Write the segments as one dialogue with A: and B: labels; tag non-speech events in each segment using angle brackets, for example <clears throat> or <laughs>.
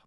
A: ta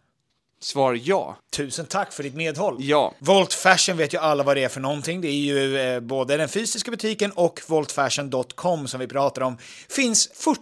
B: Svar ja.
C: Tusen tack för ditt medhåll.
B: Ja.
C: Volt Fashion vet ju alla vad det är för någonting. Det är ju eh, både den fysiska butiken och voltfashion.com som vi pratar om. Finns 40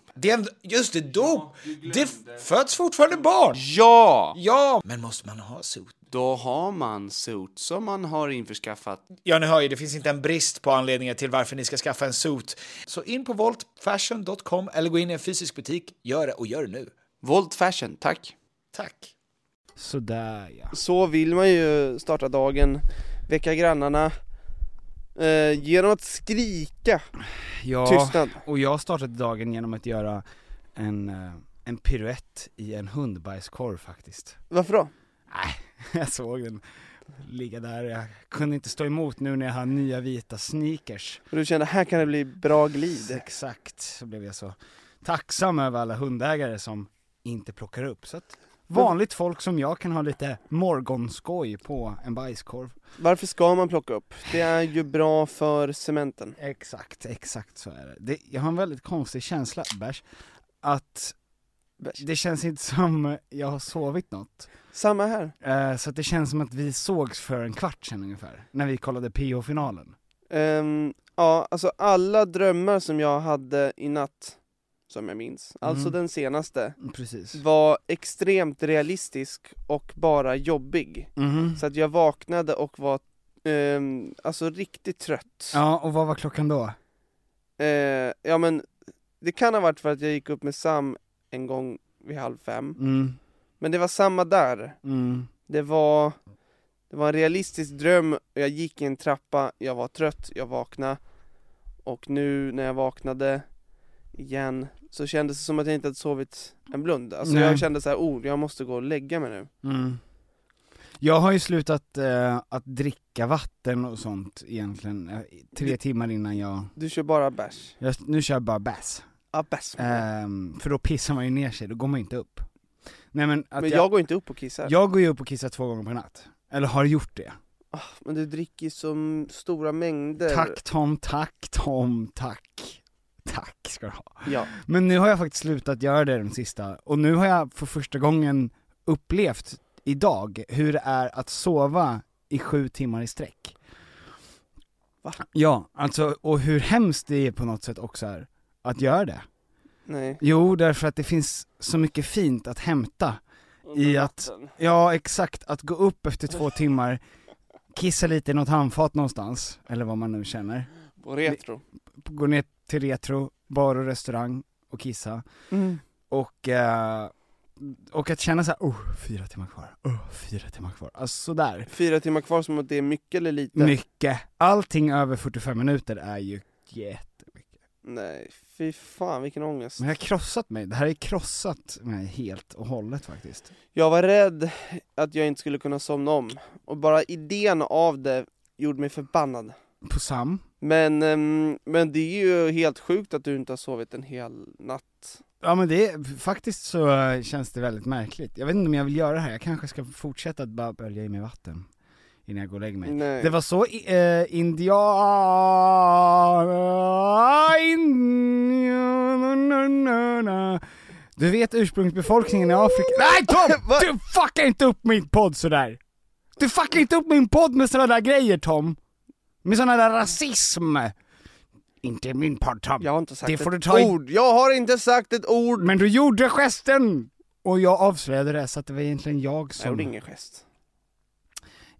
C: Det är, just det, dop! det föds fortfarande barn!
B: Ja!
C: Ja! Men måste man ha suit?
B: Då har man suits som man har införskaffat.
C: Ja, ni hör ju, det finns inte en brist på anledningar till varför ni ska skaffa en suit. Så in på voltfashion.com eller gå in i en fysisk butik. Gör det och gör det nu.
B: Volt fashion, tack.
C: Tack!
A: Sådär ja.
D: Så vill man ju starta dagen, väcka grannarna eh, genom att skrika
E: Ja,
D: tystnad.
E: och jag startade dagen genom att göra en, eh, en piruett i en hundbajskorv faktiskt.
C: <laughs>
D: Varför då?
E: Jag såg den
C: ligga där, jag kunde inte stå emot nu när jag har nya vita sneakers.
E: Och du kände, här kan det bli bra glid.
C: Exakt, så blev jag så tacksam över alla hundägare som inte plockar upp. Så att vanligt folk som jag kan ha lite morgonskoj på en bajskorv.
E: Varför ska man plocka upp? Det är ju bra för cementen.
C: Exakt, exakt så är det. det jag har en väldigt konstig känsla, bärs, att
E: Bärs.
C: det känns inte som jag har sovit något.
E: Samma här.
C: Eh, så att det känns som att vi sågs för en kvart sedan ungefär, när vi kollade PO-finalen.
E: Ehm, ja, alltså alla drömmar som jag hade i natt, som jag minns, alltså
C: Mm.
E: den senaste,
C: Precis.
E: var extremt realistisk och bara jobbig.
C: Mhm.
E: Så att jag vaknade och var ehm, alltså riktigt trött.
C: Ja, och vad var klockan då?
E: Eh, ja men, det kan ha varit för att jag gick upp med Sam en gång vid halv fem.
C: Mm,
E: Men det var samma där.
C: mm,
E: Det var, det var en realistisk dröm, jag gick i en trappa, jag var trött, jag vaknade Och nu när jag vaknade igen så kändes det som att jag inte hade sovit en blund Alltså
C: Nej.
E: jag kände så här, oh jag måste gå och lägga mig nu
C: mm. Jag har ju slutat eh, att dricka vatten och sånt egentligen, eh, tre timmar innan jag,
E: Du kör bara bärs?
C: jag nu kör jag bara bäs.
E: Ja bärs
C: Ehm, för då pissar man ju ner sig, då går man ju inte upp. Nej men, att
E: Men jag,
C: jag,
E: går inte upp och kissar
C: jag, går ju upp och kissar två gånger per natt. Eller har gjort det.
E: Ah, Men du dricker ju som stora mängder
C: Tack Tom, tack Tom, tack. Tack ska du ha.
E: Ja,
C: Men nu har jag faktiskt slutat göra det den sista, och nu har jag för första gången upplevt idag hur det är att sova i sju timmar i sträck.
E: Va?
C: Ja, alltså, och hur hemskt det är på något sätt också är, att göra det.
E: nej
C: Jo, därför att det finns så mycket fint att hämta i att, ja exakt, att gå upp efter två timmar, kissa lite i något handfat någonstans, eller vad man nu känner,
E: På retro
C: gå ner till Retro, bar och restaurang och kissa,
E: mm.
C: och, eh, och att känna såhär, oh, fyra timmar kvar, oh, fyra timmar kvar, alltså sådär.
E: Fyra timmar kvar som att det är mycket eller lite
C: Mycket. Allting över 45 minuter är ju jättemycket.
E: Nej, fy fan vilken ångest
C: Men jag har krossat mig, det här har krossat mig helt och hållet faktiskt.
E: Jag var rädd att jag inte skulle kunna somna om och bara idén av det gjorde mig förbannad.
C: På Sam,
E: Men, ehm, men det är ju helt sjukt att du inte har sovit en hel natt.
C: Ja men det, faktiskt så eh, känns det väldigt märkligt. Jag vet inte om jag vill göra det här, jag kanske ska fortsätta att bara bölja i mig vatten innan jag går och lägger mig.
E: Nej.
C: Det var så i- eh, indianerna... indianerna- Du vet ursprungsbefolkningen i Afrika... Nej
E: <laughs>
C: Tom! Du fuckar inte upp min podd sådär! Du fuckar inte upp min podd med sådana där grejer Tom! Med sådana där rasism! Inte min podd Tom.
E: Jag har inte sagt
C: Det
E: ett
C: får du ta i-
E: ord. Jag har inte sagt ett ord.
C: Men du gjorde gesten! Och jag avslöjade det så att det var egentligen jag
E: Jag gjorde
C: som...
E: ingen gest.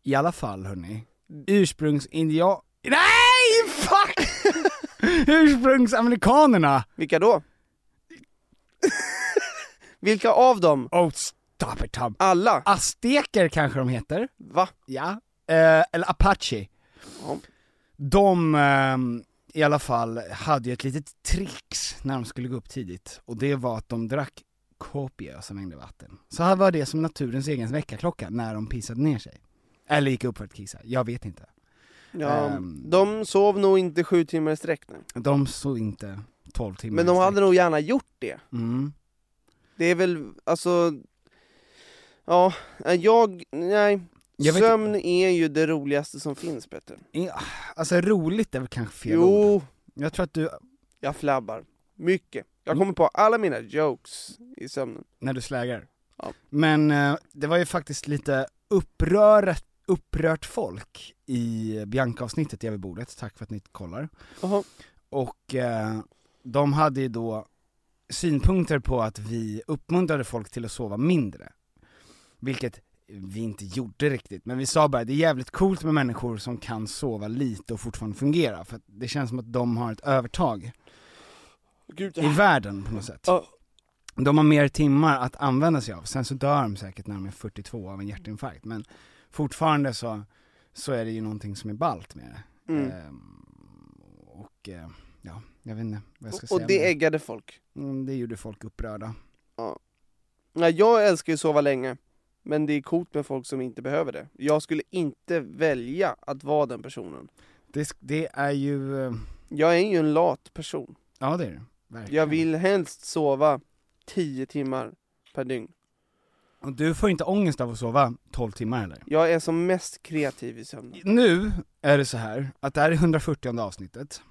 C: I alla fall hörni,
E: Mm.
C: ursprungsindia... Nej! Fuck! <laughs> Ursprungsamerikanerna!
E: Vilka då? <laughs> Vilka av dem?
C: Oh stop it Tom.
E: Alla?
C: Azteker kanske de heter?
E: Va?
C: Ja. Eh, eller Apache.
E: Ja.
C: De, ehm, i alla fall, hade ju ett litet trix när de skulle gå upp tidigt. Och det var att de drack kopiösa mängder vatten. Så här var det som naturens egen väckarklocka när de pissade ner sig. Eller gick upp för att kissa, jag vet inte.
E: Ja,
C: Ehm.
E: De sov nog inte sju timmar i sträck nu.
C: De såg inte 12 timmar
E: Men
C: i
E: de
C: sträck.
E: hade nog gärna gjort det.
C: mm.
E: Det är väl, alltså... Ja, jag, nej.
C: Jag vet
E: Sömn är ju det roligaste som finns Petter.
C: Ja, Alltså roligt är väl kanske fel ord.
E: Jo,
C: Jag tror att du,
E: jag flabbar. Mycket. Jag kommer på alla mina jokes i sömnen.
C: när du slägar.
E: Ja.
C: Men eh, det var ju faktiskt lite uppröret, upprört folk i Bianca-avsnittet i Över bordet, tack för att ni kollar.
E: Jaha,
C: Och eh, de hade ju då synpunkter på att vi uppmuntrade folk till att sova mindre. Vilket vi inte gjorde riktigt, men vi sa bara det är jävligt coolt med människor som kan sova lite och fortfarande fungera, för att det känns som att de har ett övertag
E: gud.
C: i världen på något sätt.
E: Ja.
C: De har mer timmar att använda sig av, sen så dör de säkert när de är 42 av en hjärtinfarkt, men fortfarande så, så är det ju någonting som är ballt med det.
E: Mm.
C: Ehm, och eh, ja, jag vet inte vad jag ska
E: Och
C: säga. om
E: det äggade folk.
C: Mm, det gjorde folk upprörda.
E: Nej, jag älskar ju sova länge. Men det är coolt med folk som inte behöver det. Jag skulle inte välja att vara den personen.
C: Det, sk- det är ju... eh,
E: Jag är ju en lat person.
C: Ja det är det. Verkligen.
E: Jag vill helst sova 10 timmar per dygn.
C: Och du får inte ångest av att sova 12 timmar eller?
E: Jag är som mest kreativ i sömnen.
C: Nu är det så här att det här är 140 avsnittet.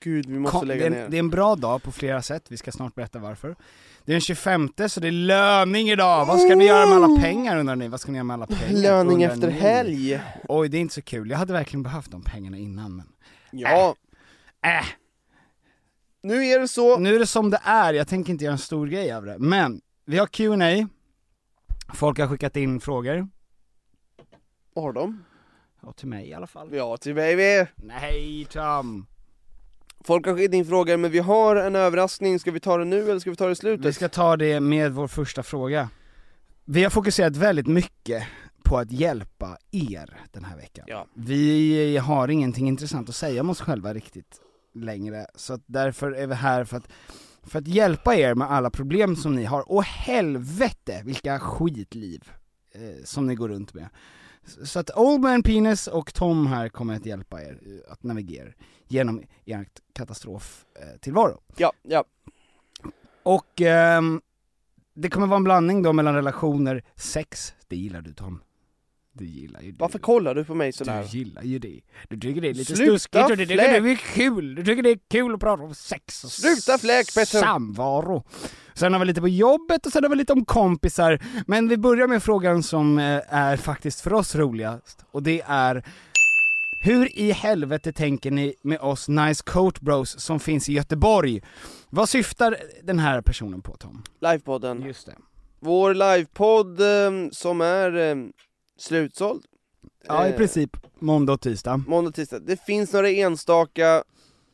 E: Gud, vi måste
C: Kom- det,
E: lägga
C: är en, det
E: ner.
C: är en bra dag på flera sätt, vi ska snart berätta varför. Det är den 25 så det är löning idag! Vad ska ni göra med alla pengar undrar ni? Vad ska ni göra med alla pengar?
E: Löning
C: undrar
E: efter
C: ni?
E: helg.
C: Oj, det är inte så kul. Jag hade verkligen behövt de pengarna innan men...
E: Ja,
C: Äh.
E: nu är det så.
C: Nu är det som det är, jag tänker inte göra en stor grej av det. Men, vi har Q&A Folk har skickat in frågor.
E: Har de?
C: Ja, till mig i alla fall.
E: Ja, till baby.
C: Nej Tom!
E: Folk har skickat in frågor, men vi har en överraskning. Ska vi ta det nu eller ska vi ta det i slutet?
C: Vi ska ta det med vår första fråga. Vi har fokuserat väldigt mycket på att hjälpa er den här veckan.
B: Ja.
C: Vi har ingenting intressant att säga om oss själva riktigt längre, så att därför är vi här för att, för att hjälpa er med alla problem som ni har. Och helvete vilka skitliv eh, som ni går runt med. Så- Så att Old Man Penis och Tom här kommer att hjälpa er eh, att navigera genom er katastroftillvaro.
E: Ja, ja.
C: Och ehm, det kommer vara en blandning då mellan relationer, sex, det gillar du Tom. Du gillar ju det.
E: Varför kollar du på mig
C: Du
E: sådär?
C: gillar ju det. Du tycker det är lite
E: Sluta
C: snuskigt och du tycker
E: fläk!
C: det är kul. Du tycker det är kul att prata om sex och
E: Sluta fläk, Petter!
C: samvaro. Sen har vi lite på jobbet och sen har vi lite om kompisar. Men vi börjar med frågan som eh, är faktiskt för oss roligast och det är hur i helvete tänker ni med oss Nice Coat Bros som finns i Göteborg? Vad syftar den här personen på Tom?
E: Livepodden.
C: Just det.
E: Vår livepodd eh, som är eh, slutsåld.
C: Ja, i
E: Eh,
C: princip måndag och tisdag.
E: Måndag, tisdag. Det finns några enstaka,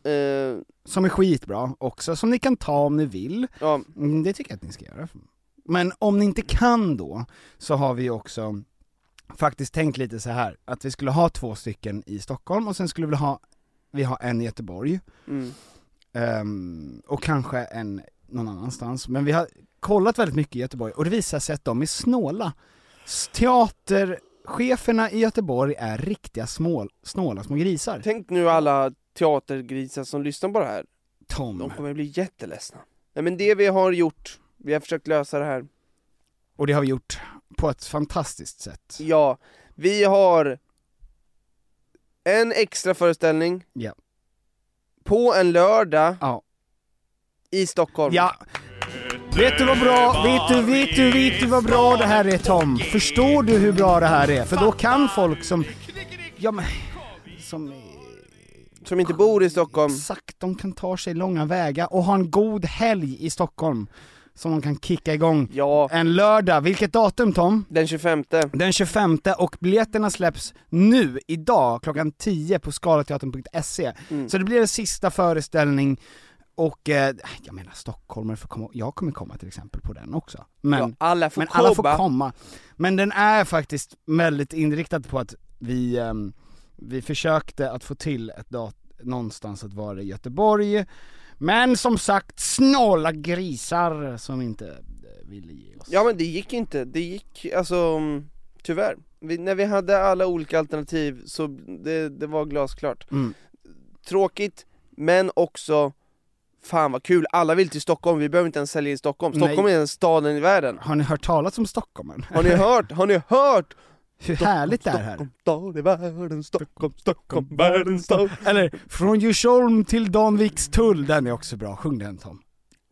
E: eh,
C: Som är skitbra också, som ni kan ta om ni vill.
E: ja,
C: Mm, Det tycker jag att ni ska göra. Men om ni inte kan då, så har vi också faktiskt tänkt lite så här att vi skulle ha två stycken i Stockholm och sen skulle vi ha, vi ha en i Göteborg,
E: mm,
C: ehm, och kanske en någon annanstans. Men vi har kollat väldigt mycket i Göteborg och det visar sig att de är snåla. S- Teatercheferna i Göteborg är riktiga små, snåla små grisar.
E: Tänk nu alla teatergrisar som lyssnar på det här.
C: Tom.
E: De kommer bli jätteledsna. Nej men det vi har gjort, vi har försökt lösa det här.
C: Och det har vi gjort på ett fantastiskt sätt.
E: Ja, vi har en extra föreställning.
C: Ja.
E: På en lördag
C: Ja.
E: i Stockholm.
C: Ja. Vet du vad bra, vet du, vet du, vet du vad bra det här är Tom? Förstår du hur bra det här är? För då kan folk som, ja men, som
E: Som inte bor i Stockholm.
C: exakt, de kan ta sig långa vägar och ha en god helg i Stockholm. Som de kan kicka igång.
E: Ja,
C: En lördag, vilket datum Tom?
E: den 25.
C: Den 25 och biljetterna släpps nu, idag, klockan 10 på skalateatern.se.
E: Mm.
C: Så det blir en sista föreställning och, eh, jag menar stockholmare får komma, jag kommer komma till exempel på den också. Men,
E: ja, alla får
C: men
E: komma.
C: alla får komma. Men den är faktiskt väldigt inriktad på att vi, ehm, vi försökte att få till ett dat- någonstans att vara i Göteborg, men som sagt snåla grisar som inte eh, ville ge oss.
E: Ja men det gick inte, det gick alltså mm, tyvärr. Vi, när vi hade alla olika alternativ så det, det var glasklart.
C: Mm.
E: Tråkigt, men också fan vad kul, alla vill till Stockholm, vi behöver inte ens sälja in Stockholm.
C: Nej.
E: Stockholm är den staden i världen.
C: Har ni hört talas om stockholmaren?
E: Har ni hört? Har ni hört?
C: Hur härligt det är här?
E: Stockholm, stad i världen, Stockholm, Stockholm, världens stad.
C: Eller, från Djursholm till Danvikstull, den är också bra, sjung den Tom.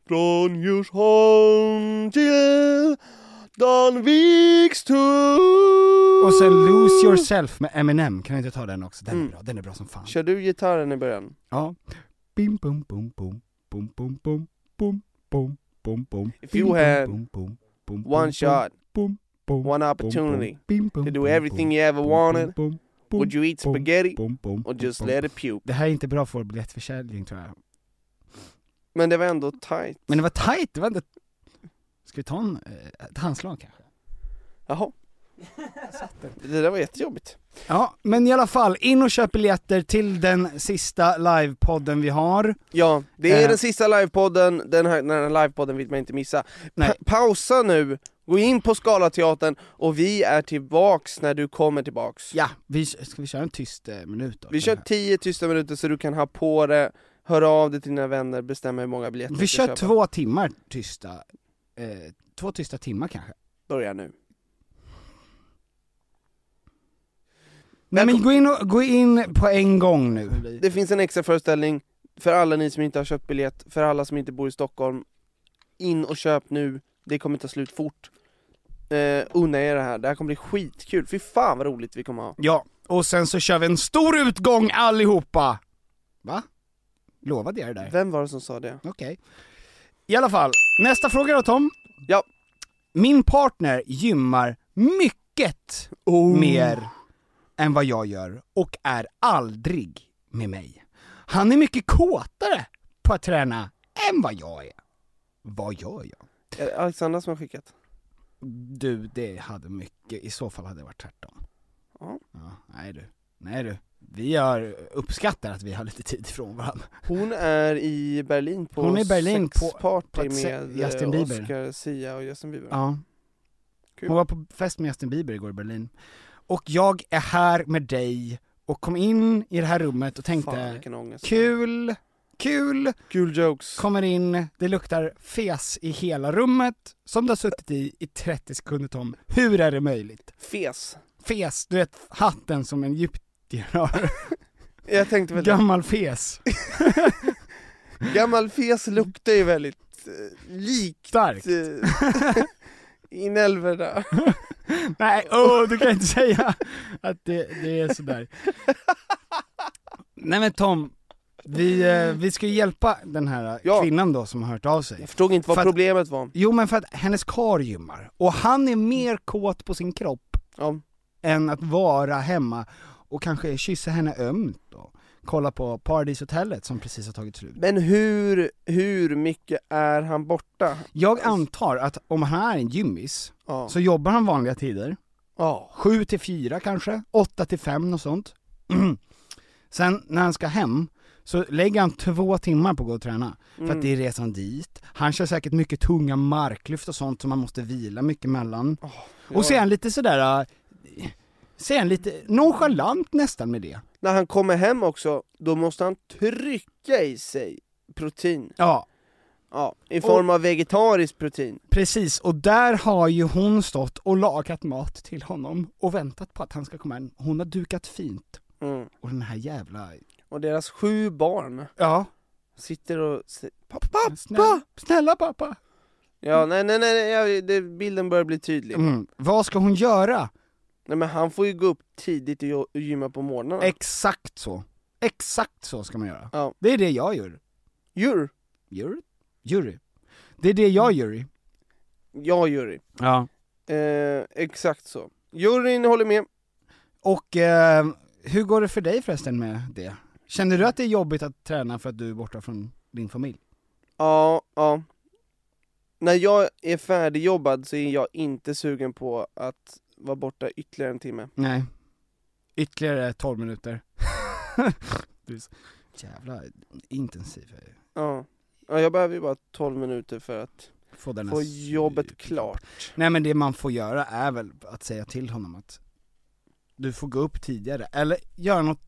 E: Från Djursholm till Danvikstull.
C: Och sen Lose Yourself med Eminem, kan jag inte ta den också? Den är
E: Mm.
C: bra, den är bra som fan.
E: Kör du gitarren i början?
C: Ja. Bim bum bum bum bum bum bum bum bum bum bum
E: If you
C: Bim, bum,
E: had
C: bum, bum, bum, bum,
E: One shot,
C: bum, bum,
E: one
C: bum,
E: opportunity.
C: bum, bum,
E: to do
C: bum,
E: everything
C: bum,
E: you ever
C: bum,
E: wanted?
C: bum, bum,
E: Would you eat
C: bum,
E: spaghetti
C: bum, bum,
E: or
C: bum,
E: just
C: bum.
E: let it puke?
C: Det här är inte bra för vår biljettförsäljning tror jag.
E: Men det var ändå tight.
C: Men det var tight, det var inte... Ska vi ta en, eh, ett handslag kanske?
E: Jaha. Det där var jättejobbigt.
C: Ja, men i alla fall, in och köp biljetter till den sista livepodden vi har.
E: Ja, det är
C: Eh.
E: den sista livepodden, den här, den här livepodden vill man inte missa.
C: Nej.
E: Pa- pausa nu Gå in på Skalateatern och vi är tillbaks när du kommer tillbaks.
C: Ja, vi, ska vi köra en tyst eh, minut då?
E: Vi kör 10 tysta minuter så du kan ha på det, höra av dig till dina vänner, bestämma hur många biljetter
C: Vi
E: du ska
C: kör
E: köpa.
C: två timmar tysta, eh, två tysta timmar kanske.
E: Börja nu.
C: Nej men
E: Välkom-
C: gå in, och, gå in på en gång nu.
E: Det finns en extra föreställning för alla ni som inte har köpt biljett, för alla som inte bor i Stockholm. In och köp nu, det kommer ta slut fort. Eh, unna er det här, det här kommer bli skitkul. Fy fan vad roligt vi kommer ha.
C: Ja, och sen så kör vi en stor utgång allihopa! Va? Lovade jag det där?
E: Vem var det som sa det?
C: Okej. I alla fall, nästa fråga då Tom.
E: Ja.
C: Min partner gymmar mycket mer än vad jag gör och är aldrig med mig. Han är mycket kåtare på att träna än vad jag är. Vad gör jag?
E: Är det eh, Alexandra som har skickat?
C: Du, det hade mycket, i så fall hade det varit tvärtom.
E: Ja.
C: nej du, nej du. Vi har uppskattar att vi har lite tid ifrån varandra.
E: Hon är i Berlin på
C: Hon är i Berlin på-
E: sexparty
C: på ett se-
E: med
C: Justin
E: eh,
C: Bieber.
E: Oscar, Sia och Justin Bieber.
C: Ja.
E: Kul.
C: Hon var på fest med Justin Bieber igår i Berlin. Och jag är här med dig och kom in i det här rummet och tänkte
E: Fan vilken ångest.
C: kul, kul,
E: Kul jokes.
C: kommer in, det luktar fes i hela rummet som du har suttit i i 30 sekunder Tom. Hur är det möjligt?
E: Fes.
C: Fes, du vet hatten som en egyptier har.
E: Jag tänkte
C: <laughs>
E: väl
C: Gammal fes.
E: Gammal fes luktar ju väldigt eh, likt
C: Starkt.
E: eh, <laughs> inälvorna.
C: <laughs> Nej, åh, du kan inte säga att det, det är sådär. Nej men Tom, vi, eh, vi ska ju hjälpa den här
E: Ja.
C: kvinnan då som har hört av sig.
E: Jag förstod inte vad
C: För att-
E: problemet var.
C: Jo men för att hennes kar gymmar, och han är mer kåt på sin kropp
E: Ja.
C: än att vara hemma och kanske kyssa henne ömt och kolla på Paradishotellet som precis har tagit slut.
E: Men hur, hur mycket är han borta?
C: Jag antar att om han är en gymmis
E: Ja.
C: så jobbar han vanliga tider,
E: ja.
C: 7 till 4 kanske, 8 till 5 något sånt. <clears throat> Sen när han ska hem så lägger han två timmar på att gå och träna. För att det är resan dit, han kör säkert mycket tunga marklyft och sånt som man måste vila mycket mellan. och så är han lite sådär, äh, så är han lite nonchalant nästan med det.
E: När han kommer hem också, då måste han trycka i sig protein.
C: Ja,
E: Ja, i form av vegetariskt protein.
C: precis. Och där har ju hon stått och lagat mat till honom och väntat på att han ska komma hem. Hon har dukat fint.
E: Mm.
C: Och den här jävla...
E: Och deras sju barn
C: Ja.
E: sitter och säger pappa,
C: Snälla,
E: pappa!
C: snälla pappa!
E: Ja, nej, nej, nej, nej jag, det, bilden börjar bli tydlig.
C: Mm. Vad ska hon göra?
E: Nej men han får ju gå upp tidigt och jo- och gymma på morgnarna.
C: Exakt så. Exakt så ska man göra.
E: Ja.
C: Det är det jag gör.
E: Djur!
C: Jury? Jury. Det är det jag gör.
E: Ja, jury.
C: Ja.
E: Eh, exakt så. Juryn håller med.
C: Och eh, hur går det för dig förresten med det? Känner du att det är jobbigt att träna för att du är borta från din familj?
E: Ja, ja. När jag är färdigjobbad så är jag inte sugen på att vara borta ytterligare en timme.
C: Nej. Ytterligare 12 minuter. <laughs> du är så jävla intensiv.
E: Ja. ja, jag behöver ju bara 12 minuter för att
C: Få, den här
E: få
C: sy-
E: jobbet klart.
C: Nej men det man får göra är väl att säga till honom att du får gå upp tidigare, eller göra något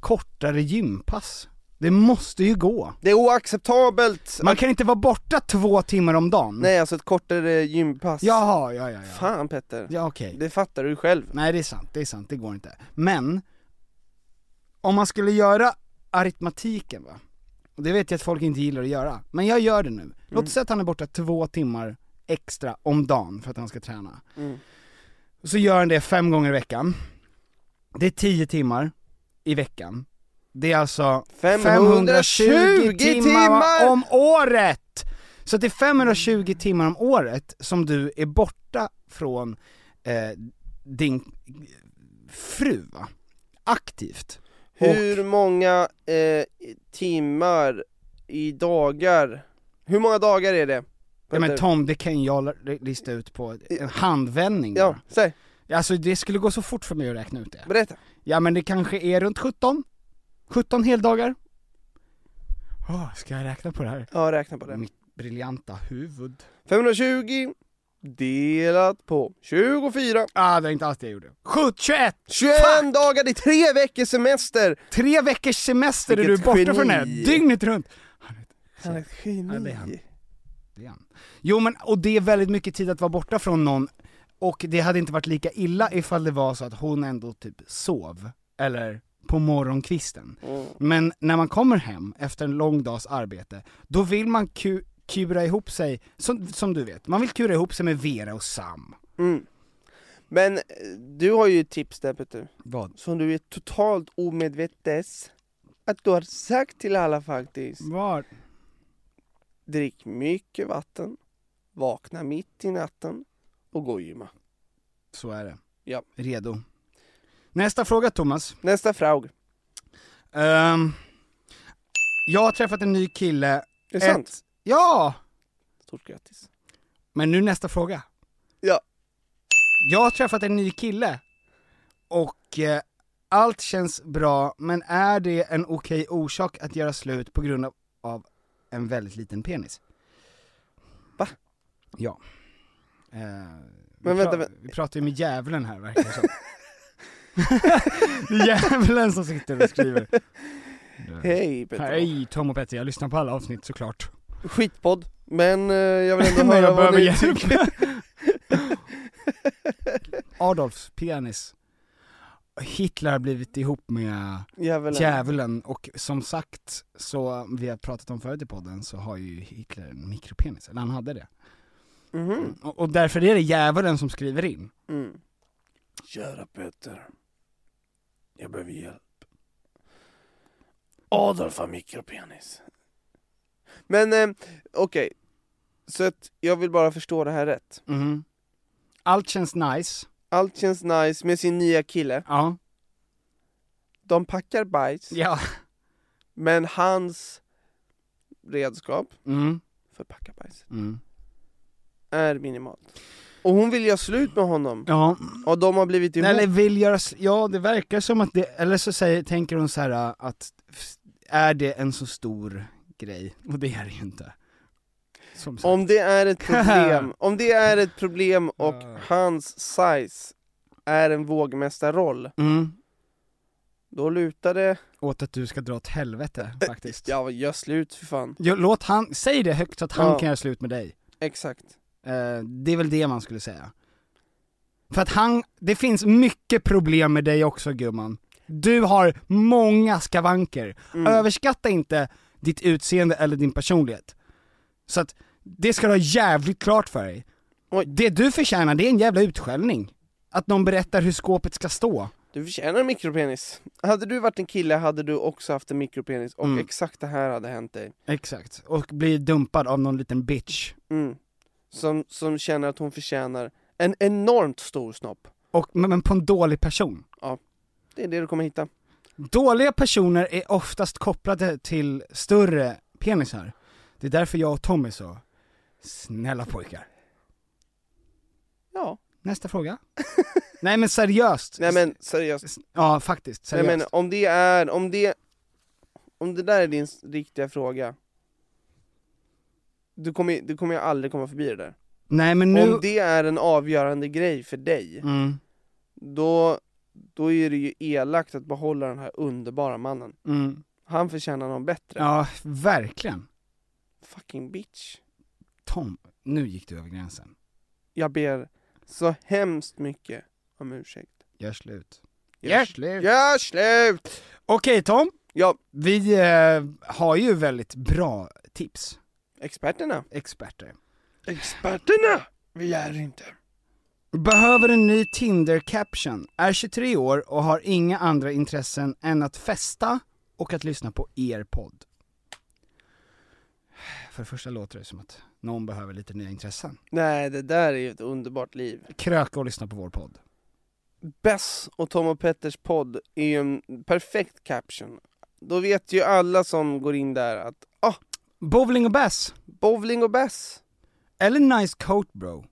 C: kortare gympass. Det måste ju gå.
E: Det är oacceptabelt!
C: Man
E: att...
C: kan inte vara borta två timmar om dagen.
E: Nej, alltså ett kortare gympass.
C: Jaha, ja ja ja.
E: Fan Petter,
C: Ja okej.
E: det fattar du själv.
C: Nej det är sant, det är sant, det går inte. Men, om man skulle göra aritmatiken va, och det vet jag att folk inte gillar att göra, men jag gör det nu. Låt oss säga att han är borta två timmar extra om dagen för att han ska träna. Och Så gör han det fem gånger i veckan. Det är tio timmar i veckan. Det är alltså
E: 520 timmar!
C: om året! Så att det är 520 timmar om året som du är borta från eh, din fru va? Aktivt.
E: Hur många eh, timmar i dagar? Hur många dagar är det?
C: Ja, men
E: Petter?
C: Tom, det kan jag l- lista ut på en handvändning
E: Ja,
C: ja.
E: säg,
C: Alltså det skulle gå så fort för mig att räkna ut det.
E: berätta.
C: Ja men det kanske är runt 17? 17 heldagar? Åh, ska jag räkna på det här?
E: Mm. Ja, räkna på det.
C: Mitt briljanta huvud.
E: 520 delat på 24.
C: Ah, det är inte alls det jag gjorde. 7, 21!
E: 21 dagar, det är tre veckors semester!
C: Tre veckors semester är du
E: Vilket
C: borta
E: geni.
C: från det här, dygnet runt.
E: Han är ett
C: Ja, det är han.
E: geni.
C: Det är han. Jo men, och det är väldigt mycket tid att vara borta från någon, och det hade inte varit lika illa ifall det var så att hon ändå typ sov, eller på morgonkvisten. Men när man kommer hem efter en lång dags arbete, då vill man ku- kura ihop sig, som, som du vet, man vill kura ihop sig med Vera och Sam.
E: Men eh, du har ju ett tips där Peter,
C: Vad?
E: som du är totalt omedvetes att du har sagt till alla faktiskt.
C: Var?
E: Drick mycket vatten, vakna mitt i natten och gå och gymma.
C: Så är det.
E: Ja.
C: Redo. Nästa fråga Thomas.
E: Nästa fråga.
C: Ehm, jag har träffat en ny kille.
E: Är det sant?
C: Ja!
E: Stort grattis.
C: Men nu nästa fråga.
E: Ja.
C: Jag har träffat en ny kille. Och eh, allt känns bra, men är det en okej orsak att göra slut på grund av, av en väldigt liten penis?
E: Va?
C: Ja. Eh, vi,
E: Men vänta,
C: pra-
E: vänta.
C: vi pratar ju med djävulen här verkar det som. <laughs> det är djävulen som sitter och skriver.
E: Mm. Hej Peter.
C: Hej Tom och Petter, jag lyssnar på alla avsnitt såklart.
E: Skitpodd, men eh, jag vill
C: <laughs>
E: ändå
C: Men
E: höra
C: jag
E: vad
C: behöver
E: ni
C: hjälp.
E: tycker.
C: <laughs> Adolfs penis. Hitler har blivit ihop med
E: Djävulen.
C: djävulen och som sagt, så vi har pratat om förut i podden, så har ju Hitler en mikropenis, eller han hade det.
E: Mhm.
C: Och, och därför är det djävulen som skriver in.
E: Mm.
F: Kära Peter. Jag behöver hjälp. Adolf har mikropenis.
E: Men eh, okej, så att jag vill bara förstå det här rätt.
C: Mhm. Allt känns nice,
E: Allt känns nice med sin nya kille.
C: ja.
E: De packar bajs, <laughs>
C: Ja.
E: men hans redskap
C: Mm.
E: för att packa bajs
C: Mm.
E: är minimalt. Och hon vill göra slut med honom,
C: Ja,
E: och de har blivit ihop.
C: Nej, Eller vill göra, s- ja det verkar som att det, eller så säger, tänker hon så här äh, att, f- är det en så stor grej? Och det är det ju inte. Som sagt.
E: Om det är
C: <laughs>
E: ett problem, om det är ett problem och
C: Ja.
E: hans size är en vågmästarroll,
C: Mm.
E: då lutar det...
C: Åt att du ska dra åt helvete faktiskt.
E: Äh, Ja, gör slut för fan.
C: Jo, Låt han, säg det högt så att han
E: Ja.
C: kan göra slut med dig.
E: Exakt.
C: Eh, det är väl det man skulle säga. För att han, det finns mycket problem med dig också gumman. Du har många skavanker. Överskatta inte ditt utseende eller din personlighet. Så att, det ska du ha jävligt klart för dig.
E: Oj.
C: Det du förtjänar, det är en jävla utskällning. Att någon berättar hur skåpet ska stå.
E: Du förtjänar en mikropenis. Hade du varit en kille hade du också haft en mikropenis och
C: Mm.
E: exakt det här hade hänt dig.
C: Exakt. Och bli dumpad av någon liten bitch.
E: Mm. Som, som känner att hon förtjänar en enormt stor snopp.
C: Och, men men på en dålig person.
E: Det är det du kommer hitta.
C: Dåliga personer är oftast kopplade till större penisar. Det är därför jag och Tom är så snälla pojkar.
E: Ja.
C: Nästa
E: <laughs>
C: fråga. Nej men seriöst.
E: Nej men seriöst.
C: Ja faktiskt,
E: Nej
C: seriöst.
E: men om det är, om det... Om det där är din s- riktiga fråga. Du kommer, du kommer ju aldrig komma förbi det där.
C: Nej men nu...
E: Om det är en avgörande grej för dig,
C: Mm,
E: då, då är det ju elakt att behålla den här underbara mannen.
C: mm.
E: Han förtjänar någon bättre.
C: Ja, verkligen.
E: Fucking bitch.
C: Tom, nu gick du över gränsen.
E: Jag ber så hemskt mycket om ursäkt.
C: Gör slut.
E: Gör
C: slut.
E: Gör slut!
C: Okej Tom,
E: Ja,
C: vi eh, har ju väldigt bra tips.
E: experterna.
C: Experter.
E: Experterna! Vi är inte.
C: Behöver en ny Tinder-caption, är 23 år och har inga andra intressen än att festa och att lyssna på er podd. För det första låter det som att någon behöver lite nya intressen.
E: Nej, det där är ju ett underbart liv.
C: Kröka och lyssna på vår podd.
E: Bess och Tom och Petters podd är ju en perfekt caption. Då vet ju alla som går in där att ah,
C: Bowling och Bass,
E: bowling och Bess.
C: eller Nice Coat Bro.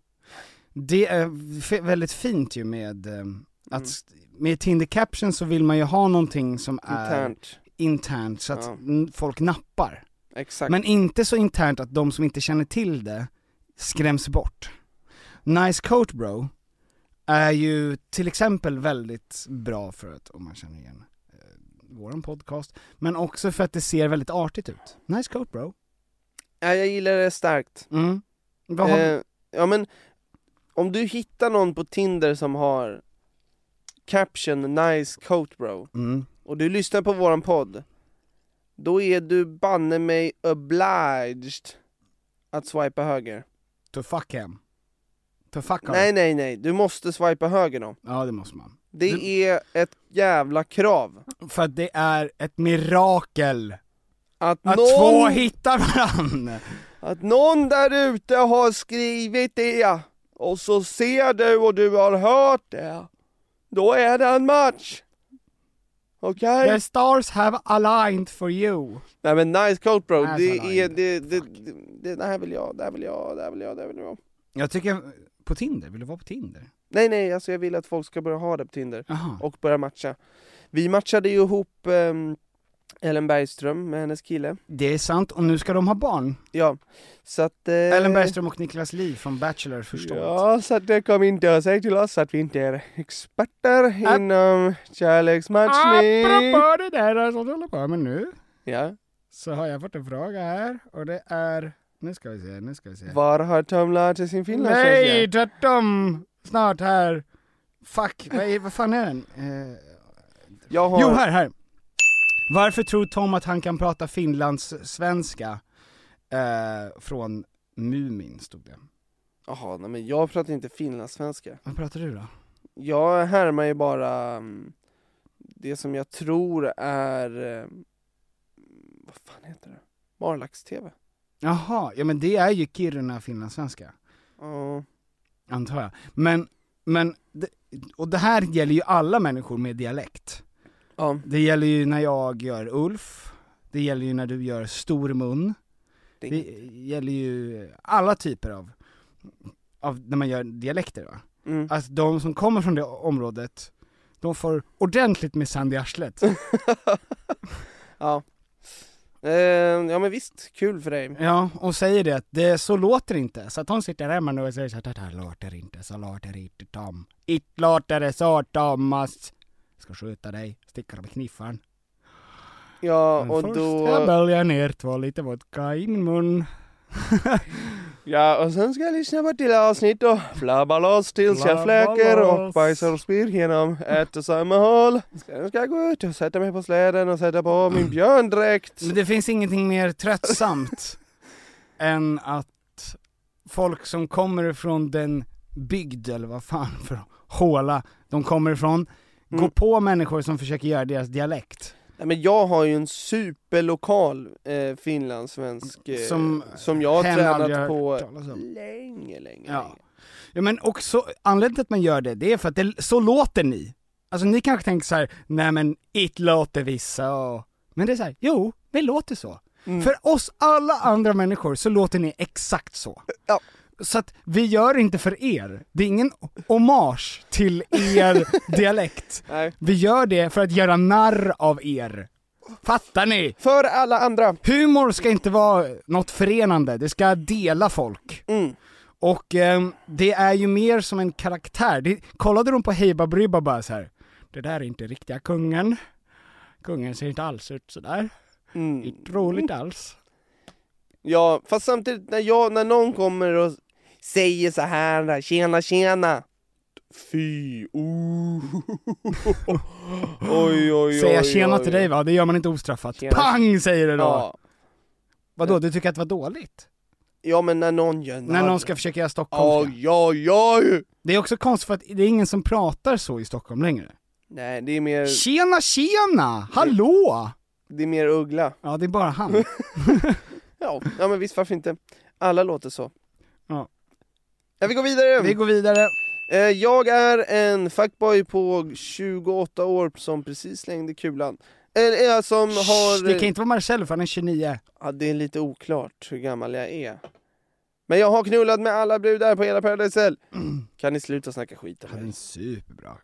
C: Det är f- väldigt fint ju med eh,
E: Mm.
C: att med Tinder-caption så vill man ju ha någonting som är
E: Internt.
C: internt så att
E: Ja.
C: n- folk nappar.
E: Exakt.
C: Men inte så internt att de som inte känner till det skräms bort. Nice coat bro är ju till exempel väldigt bra för att, om man känner igen eh, våran podcast, men också för att det ser väldigt artigt ut. Nice coat bro.
E: Ja, jag gillar det starkt.
C: Mm. Vad har
E: Eh, ja men, om du hittar någon på Tinder som har caption 'nice coat bro'
C: mm.
E: och du lyssnar på våran podd, då är du banne mig obliged att swipa höger.
C: To fuck him. To fuck
E: Nej,
C: him.
E: nej, nej, du måste swipa höger då.
C: Ja det måste man.
E: Det
C: Du-
E: är ett jävla krav.
C: För att det är ett mirakel
E: Att,
C: att två
E: någon,
C: hittar varandra.
E: att någon där ute har skrivit det, och så ser du och du har hört det. Då är det en match. Okej?
C: The stars have aligned for you.
E: Nej men nice coat bro,
C: Nej,
E: det
C: fan, nej.
E: är, det, det, det, det, det här vill jag, det här vill jag, det här vill jag, det här vill jag.
C: Jag tycker, på Tinder, vill du vara på Tinder?
E: Nej nej, alltså jag vill att folk ska börja ha det på Tinder
C: Jaha.
E: och börja matcha. Vi matchade ju ihop ehm, Ellen Bergström med hennes kille.
C: Det är sant, och nu ska de ha barn.
E: Ja, så att... Eh,
C: Ellen Bergström och Niklas Liv från Bachelor förstår ja.
E: Ja, så att det kom inte och säg till oss att vi inte är experter
C: Ap-
E: inom kärleksmatchning.
C: Apropå det där alltså, som du håller på med nu,
E: Ja.
C: så har jag fått en fråga här, och det är... Nu ska vi se, nu ska vi se.
E: Var har Tom Larsson sin finlandssvenska?
C: Nej, tvärtom! Snart här. Fuck, vad, är, vad fan är den? Eh,
E: Jag har...
C: Jo, här, här. Varför tror Tom att han kan prata finlandssvenska eh, från Mumin, stod det.
E: Jaha, nej men jag pratar inte finlandssvenska.
C: Vad pratar du då?
E: Jag härmar ju bara mm, det som jag tror är... mm, Vad fan heter det? Marlax-TV?
C: Jaha, ja men det är ju Kiruna finlandssvenska,
E: Ja.
C: antar jag. Men, men, det- och det här gäller ju alla människor med dialekt.
E: Ja,
C: Det gäller ju när jag gör Ulf, det gäller ju när du gör Stormun,
E: det
C: det gäller ju alla typer av, av när man gör dialekter va?
E: Mm. <laughs>
C: Att de som kommer från det området, de får ordentligt med sand i arslet.
E: ja. Ehm, ja men visst, kul för dig.
C: Ja, och säger det att det, så låter det inte. Så att hon sitter hemma nu och säger så här, det här låter inte, så låter det inte Tom. It låter det så Thomas. Jag ska skjuta dig, sticka dig med kniffaren.
E: Ja,
C: Men
E: och
C: först
E: då...
C: jag böljar ner två lite vodka i min mun.
E: Ja, och sen ska jag lyssna på ett till avsnitt och flabba loss tills jag
C: Flabba
E: fläker och
C: loss.
E: bajsar och spyr genom ett och samma håll. Sen ska jag gå ut och sätta mig på släden och sätta på min björndräkt.
C: Men det finns ingenting mer tröttsamt <laughs> än att folk som kommer ifrån den bygd, eller vad fan för håla de kommer ifrån, går
E: Mm.
C: på människor som försöker göra deras dialekt.
E: Nej, men jag har ju en superlokal eh, finlandssvensk eh,
C: Som-
E: som, jag har
C: hen aldrig
E: tränat
C: hört
E: på
C: talas om.
E: länge, länge,
C: Ja.
E: länge.
C: Ja men också, anledningen till att man gör det, det är för att det, så låter ni. Alltså ni kanske tänker så här, nej men it låter vissa och... Men det är så här, jo, det låter så.
E: Mm.
C: För oss alla andra människor så låter ni exakt så.
E: Ja.
C: Så att vi gör inte för er, det är ingen hommage till
E: <laughs>
C: er dialekt.
E: Nej.
C: Vi gör det för att göra narr av er. Fattar ni?
E: För alla andra.
C: Humor ska inte vara något förenande, det ska dela folk.
E: Mm.
C: Och ehm, det är ju mer som en karaktär. Det, kollade de på Hej Baberiba bara så här. det där är inte riktiga kungen. Kungen ser inte alls ut sådär.
E: Mm.
C: Inte roligt alls.
E: Ja, fast samtidigt när, jag, när någon kommer och säger så här, tjena tjena. Fy, oh. <laughs> oj, oj, <laughs> oj.
C: Säga tjena
E: oj.
C: till dig va, det gör man inte ostraffat.
E: Tjena.
C: Pang säger det då!
E: Ja.
C: Vadå, du tycker att det var dåligt?
E: ja, men när någon gör
C: När någon ska försöka göra stockholmska.
E: Oj, oj, oj.
C: Det är också konstigt för att det är ingen som pratar så i Stockholm längre.
E: Nej, det är mer,
C: Tjena tjena!
E: Eh.
C: Hallå!
E: det är mer uggla.
C: Ja, det är bara han.
E: <laughs> Ja, ja men visst, varför inte? Alla låter så.
C: Ja.
E: Ja, vi går vidare.
C: Vi går vidare.
E: Eh, jag är en fuckboy på 28 år som precis slängde kulan. Eller eh, som har...
C: Shh, Det kan inte vara Marcel för han är 29.
E: Ja, det är lite oklart hur gammal jag är. Men jag har knullat med alla brudar på hela
C: <clears throat>
E: Paradise Hotel. Kan ni sluta snacka skit om
C: hade
E: mig?
C: en superbra,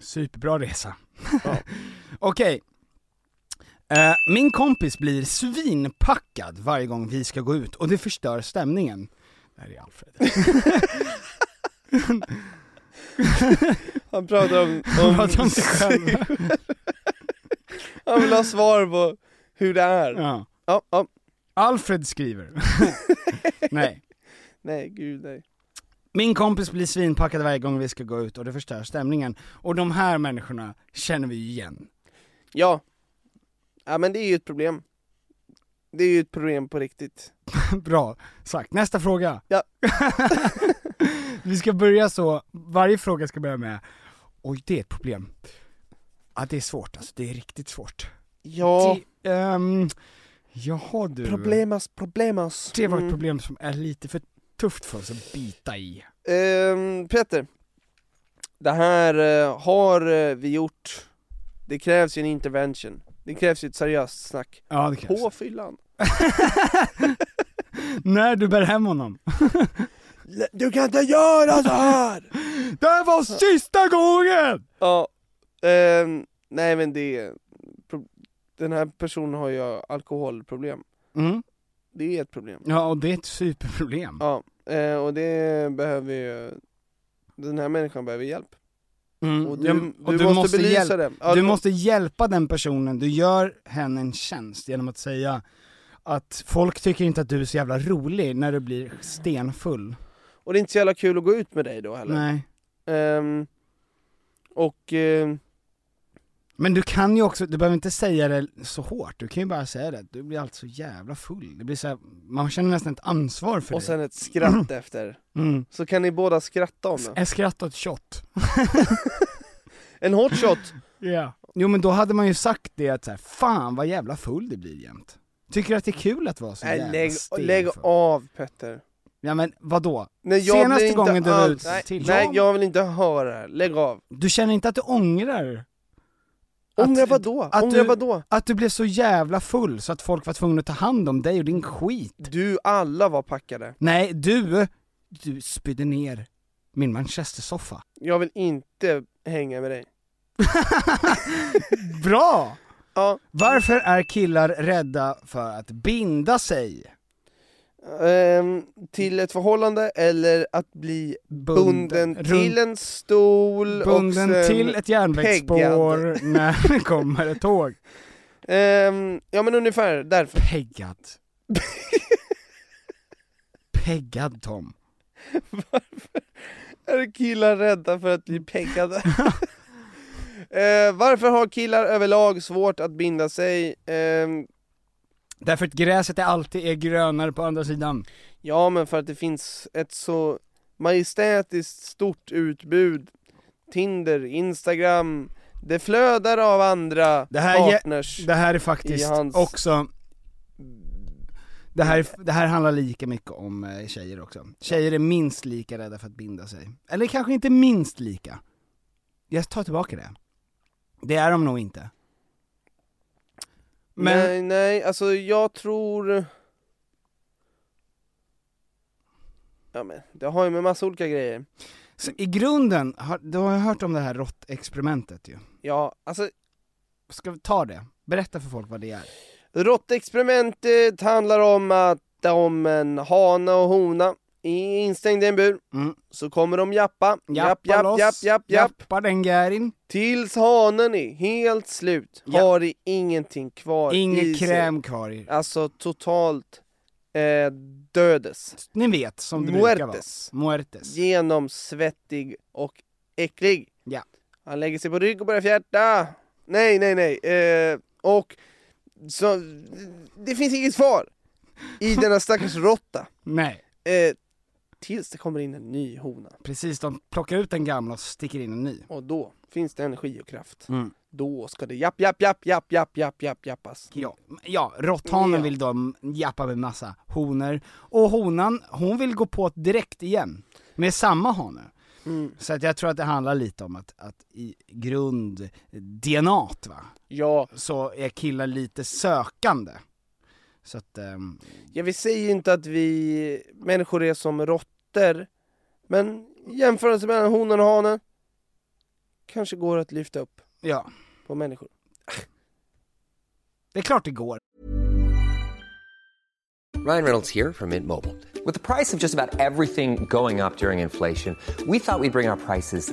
C: superbra resa.
E: Ja.
C: <laughs> Okej. Eh, min kompis blir svinpackad <laughs> varje gång vi ska gå ut och det förstör stämningen. Det här är Alfred.
E: Han
C: <laughs>
E: pratar om, om,
C: Pratar om sig själv.
E: Han vill ha svar på hur det är. Ja,
C: Ja.
E: ja.
C: Alfred skriver. <laughs> Nej.
E: Nej, gud nej.
C: Min kompis blir svinpackad varje gång vi ska gå ut och det förstör stämningen. Och de här människorna känner vi ju igen.
E: Ja. Ja men det är ju ett problem. Det är ju ett problem på riktigt.
C: <laughs> Bra sagt. Nästa fråga.
E: Ja.
C: <laughs> vi ska börja så, varje fråga ska börja med, oj det är ett problem. Ja det är svårt alltså, det är riktigt svårt.
E: Ja.
C: Det, ehm, jaha du.
E: Problemas, problemas.
C: Det var ett
E: Mm.
C: problem som är lite för tufft för oss att bita i.
E: Ehm, Peter. Det här eh, har eh, vi gjort. Det krävs ju en intervention. Det krävs ju ett seriöst snack.
C: Ja det krävs.
E: På fyllan.
C: När du bär hem
E: <laughs>
C: honom.
E: Du kan inte göra så här!
C: <laughs> Det här var sista gången!
E: Ja, ehm, nej men det... pro- Den här personen har ju alkoholproblem.
C: Mm.
E: Det är ett problem.
C: Ja och det är ett superproblem.
E: Ja, eh, och det behöver ju... Den här människan behöver hjälp.
C: Mm.
E: Och du,
C: Ja,
E: du, måste, belysa
C: hjälp-
E: det. Ja,
C: Du måste hjälpa den personen, du gör henne en tjänst genom att säga att folk tycker inte att du är så jävla rolig när du blir stenfull.
E: Och det är inte så jävla kul att gå ut med dig då heller.
C: Nej.
E: Ehm, och... ehm,
C: Men du kan ju också, du behöver inte säga det så hårt, du kan ju bara säga det, du blir alltså så jävla full. Det blir så här, man känner nästan ett ansvar för
E: och
C: dig.
E: sen ett
C: <clears throat>
E: skratt efter.
C: Mm.
E: Så kan ni båda skratta om det.
C: Ett skratt och ett shot. <laughs>
E: En hot shot!
C: Ja. Jo men då hade man ju sagt det att så här, fan vad jävla full det blir jämt. Tycker du att det är kul att vara <clears throat> så
E: Nej,
C: jävla
E: lägg,
C: stenfull?
E: lägg av Petter.
C: Ja men vadå?
E: Nej, jag
C: Senaste
E: blir inte
C: gången du var
E: alls-
C: ute
E: nej,
C: till-
E: Nej, jag vill inte höra det här. Lägg av.
C: Du känner inte att du ångrar?
E: Ångrar
C: Att-
E: vadå?
C: att
E: Ångrar
C: du-
E: vadå?
C: Att du blev så jävla full så att folk var tvungna att ta hand om dig och din skit.
E: Du, alla var packade.
C: Nej, du, du spydde ner min manchestersoffa.
E: Jag vill inte hänga med dig.
C: Bra!
E: Ja,
C: Varför är killar rädda för att binda sig?
E: ehm, till ett förhållande eller att bli bunden, till en stol
C: Bunden
E: och sen,
C: till ett järnvägsspår <laughs>
E: peggad.
C: när det kommer ett tåg.
E: Ehm, ja men ungefär därför. <laughs>
C: Peggad. Peggad Tom.
E: Är killar rädda för <laughs> att bli peggade? Ehm, varför har killar överlag svårt att binda sig? Ehm,
C: Därför att gräset är alltid är grönare på andra sidan.
E: Ja, men för att det finns ett så majestätiskt stort utbud. Tinder, Instagram, det flödar av andra
C: Det här ge-
E: partners.
C: Det här är faktiskt
E: I hans-
C: också det här, det här handlar lika mycket om eh, tjejer också. Tjejer är minst lika rädda för att binda sig. Eller kanske inte minst lika. Jag tar tillbaka det. Det är de nog inte. Men,
E: Nej, nej, alltså jag tror... Ja men, det har ju med massa olika grejer.
C: så i grunden, har, du har jag hört om det här råttexperimentet ju.
E: Ja, alltså
C: Ska vi ta det? Berätta för folk vad det är.
E: råttexperimentet handlar om att om en hane och hona är instängda i en bur
C: Mm.
E: så kommer de jappa,
C: Jappa
E: japp, japp,
C: loss,
E: japp, japp, japp.
C: jappa den gärin.
E: Tills hanen är helt slut,
C: Ja.
E: har det ingenting kvar i
C: Ingen
E: sig.
C: kräm kvar i.
E: Alltså totalt eh, dödes.
C: Ni vet, som det brukar vara.
E: Muertes.
C: Muertes.
E: Genomsvettig och äcklig.
C: Ja.
E: Han lägger sig på rygg och börjar fjärta. Nej, nej, nej. Eh, och så, det finns inget kvar
C: <laughs>
E: i denna stackars råtta.
C: Nej.
E: Eh, tills det kommer in en ny hona.
C: Precis, de plockar ut den gamla och sticker in en ny.
E: Och då finns det energi och kraft.
C: Mm.
E: Då ska det japp, japp, japp, japp, japp, japp, japp, jappas.
C: Ja, ja råtthanen
E: Ja.
C: vill då jappa med massa honor. Och honan, hon vill gå på direkt igen. Med samma hane.
E: Mm.
C: Så att jag tror att det handlar lite om att, att i grund, DNA va,
E: Ja,
C: så är killar lite sökande. Så att, ehm,
E: Ja, vi säger ju inte att vi människor är som råttor, men jämförelsen mellan honan och hanen kanske går att lyfta upp
C: ja,
E: på människor.
C: det är klart det går.
G: Ryan Reynolds here from Mint Mobile. With the price of just about everything going up during inflation, we thought we'd bring our prices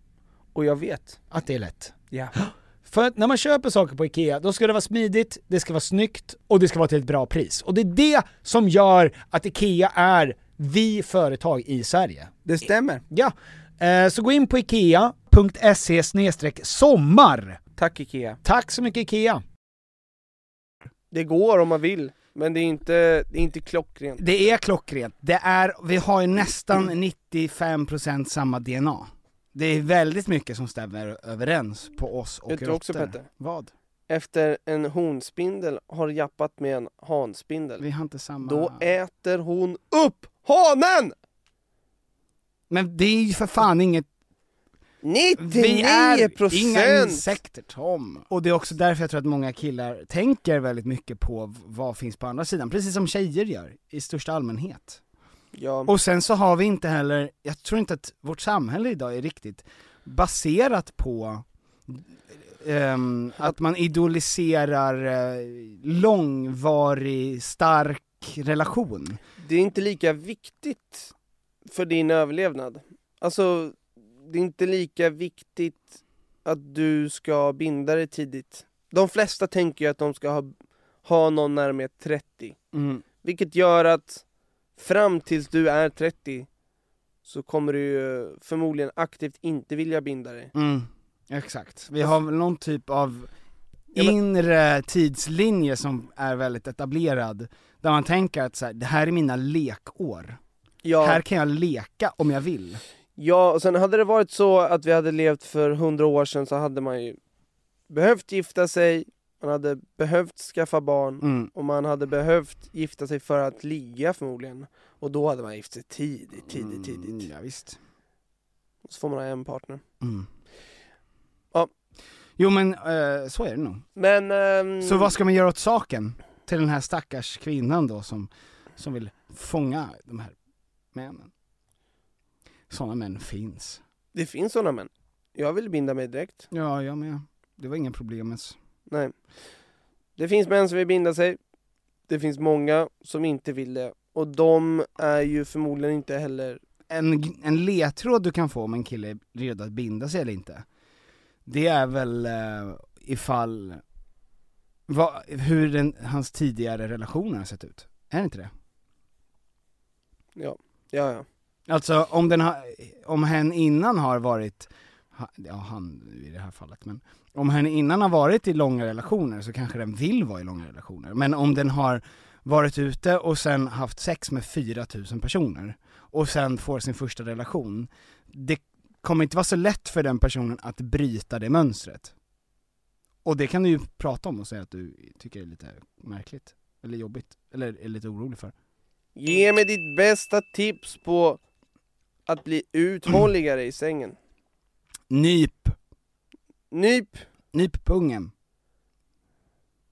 E: Och jag vet.
C: Att det är lätt.
E: Ja.
C: För att när man köper saker på IKEA, då ska det vara smidigt, det ska vara snyggt och det ska vara till ett bra pris. Och det är det som gör att IKEA är vi företag i Sverige.
E: Det stämmer.
C: Ja, eh, så gå in på IKEA.se sommar.
E: Tack IKEA.
C: Tack så mycket IKEA.
E: Det går om man vill. Men det är inte, det är inte klockrent.
H: Det är klockrent. Det är, vi har ju nästan 95% samma DNA. Det är väldigt mycket som stämmer överens på oss och
E: Vet du också,
H: råttor.
E: Petter?
H: Vad?
E: Efter en honspindel har jappat med en hanspindel.
H: Vi har inte samma...
E: Då äter hon upp hanen!
H: Men det är ju för fan inget...
E: 99%!
H: Vi är inga insekter Tom! Och det är också därför jag tror att många killar tänker väldigt mycket på v- vad finns på andra sidan, precis som tjejer gör i största allmänhet.
E: Ja.
H: Och sen så har vi inte heller, jag tror inte att vårt samhälle idag är riktigt baserat på ehm, att man idoliserar eh, långvarig, stark relation.
E: det är inte lika viktigt för din överlevnad. Alltså, det är inte lika viktigt att du ska binda dig tidigt. De flesta tänker ju att de ska ha, ha någon när de är 30. Vilket gör att fram tills du är 30 så kommer du ju förmodligen aktivt inte vilja binda dig.
H: Mm, Exakt. Vi har väl någon typ av
E: Ja, men-
H: inre tidslinje som är väldigt etablerad, där man tänker att så här, det här är mina lekår.
E: Ja.
H: Här kan jag leka om jag vill.
E: Ja, och sen hade det varit så att vi hade levt för hundra år sedan så hade man ju behövt gifta sig, man hade behövt skaffa barn
H: Mm.
E: och man hade behövt gifta sig för att ligga förmodligen. Och då hade man gift sig tidigt, tidigt, tidigt.
H: Mm, ja, visst.
E: Så får man ha en partner.
H: Mm.
E: Ja.
H: Jo men eh, så är det nog.
E: Men... ehm,
H: Så vad ska man göra åt saken? Till den här stackars kvinnan då som, som vill fånga de här männen. Sådana män finns.
E: Det finns sådana män. Jag vill binda mig direkt.
H: Ja, jag med. Det var inga problem ens.
E: Nej. Det finns män som vill binda sig. Det finns många som inte vill det. Och de är ju förmodligen inte heller
C: en, en ledtråd du kan få om en kille är redo att binda sig eller inte, det är väl eh, ifall, vad, hur den, hans tidigare relationer har sett ut. Är det inte det?
E: Ja, ja, ja.
C: Alltså om den har, om hen innan har varit, ha- ja han i det här fallet men, om hen innan har varit i långa relationer så kanske den vill vara i långa relationer. Men om den har varit ute och sen haft sex med 4000 personer och sen får sin första relation, det kommer inte vara så lätt för den personen att bryta det mönstret. Och det kan du ju prata om och säga att du tycker är lite märkligt, eller jobbigt, eller är lite orolig för.
E: Ge mig ditt bästa tips på att bli uthålligare i sängen.
C: Nyp.
E: Nyp.
C: Nyp pungen.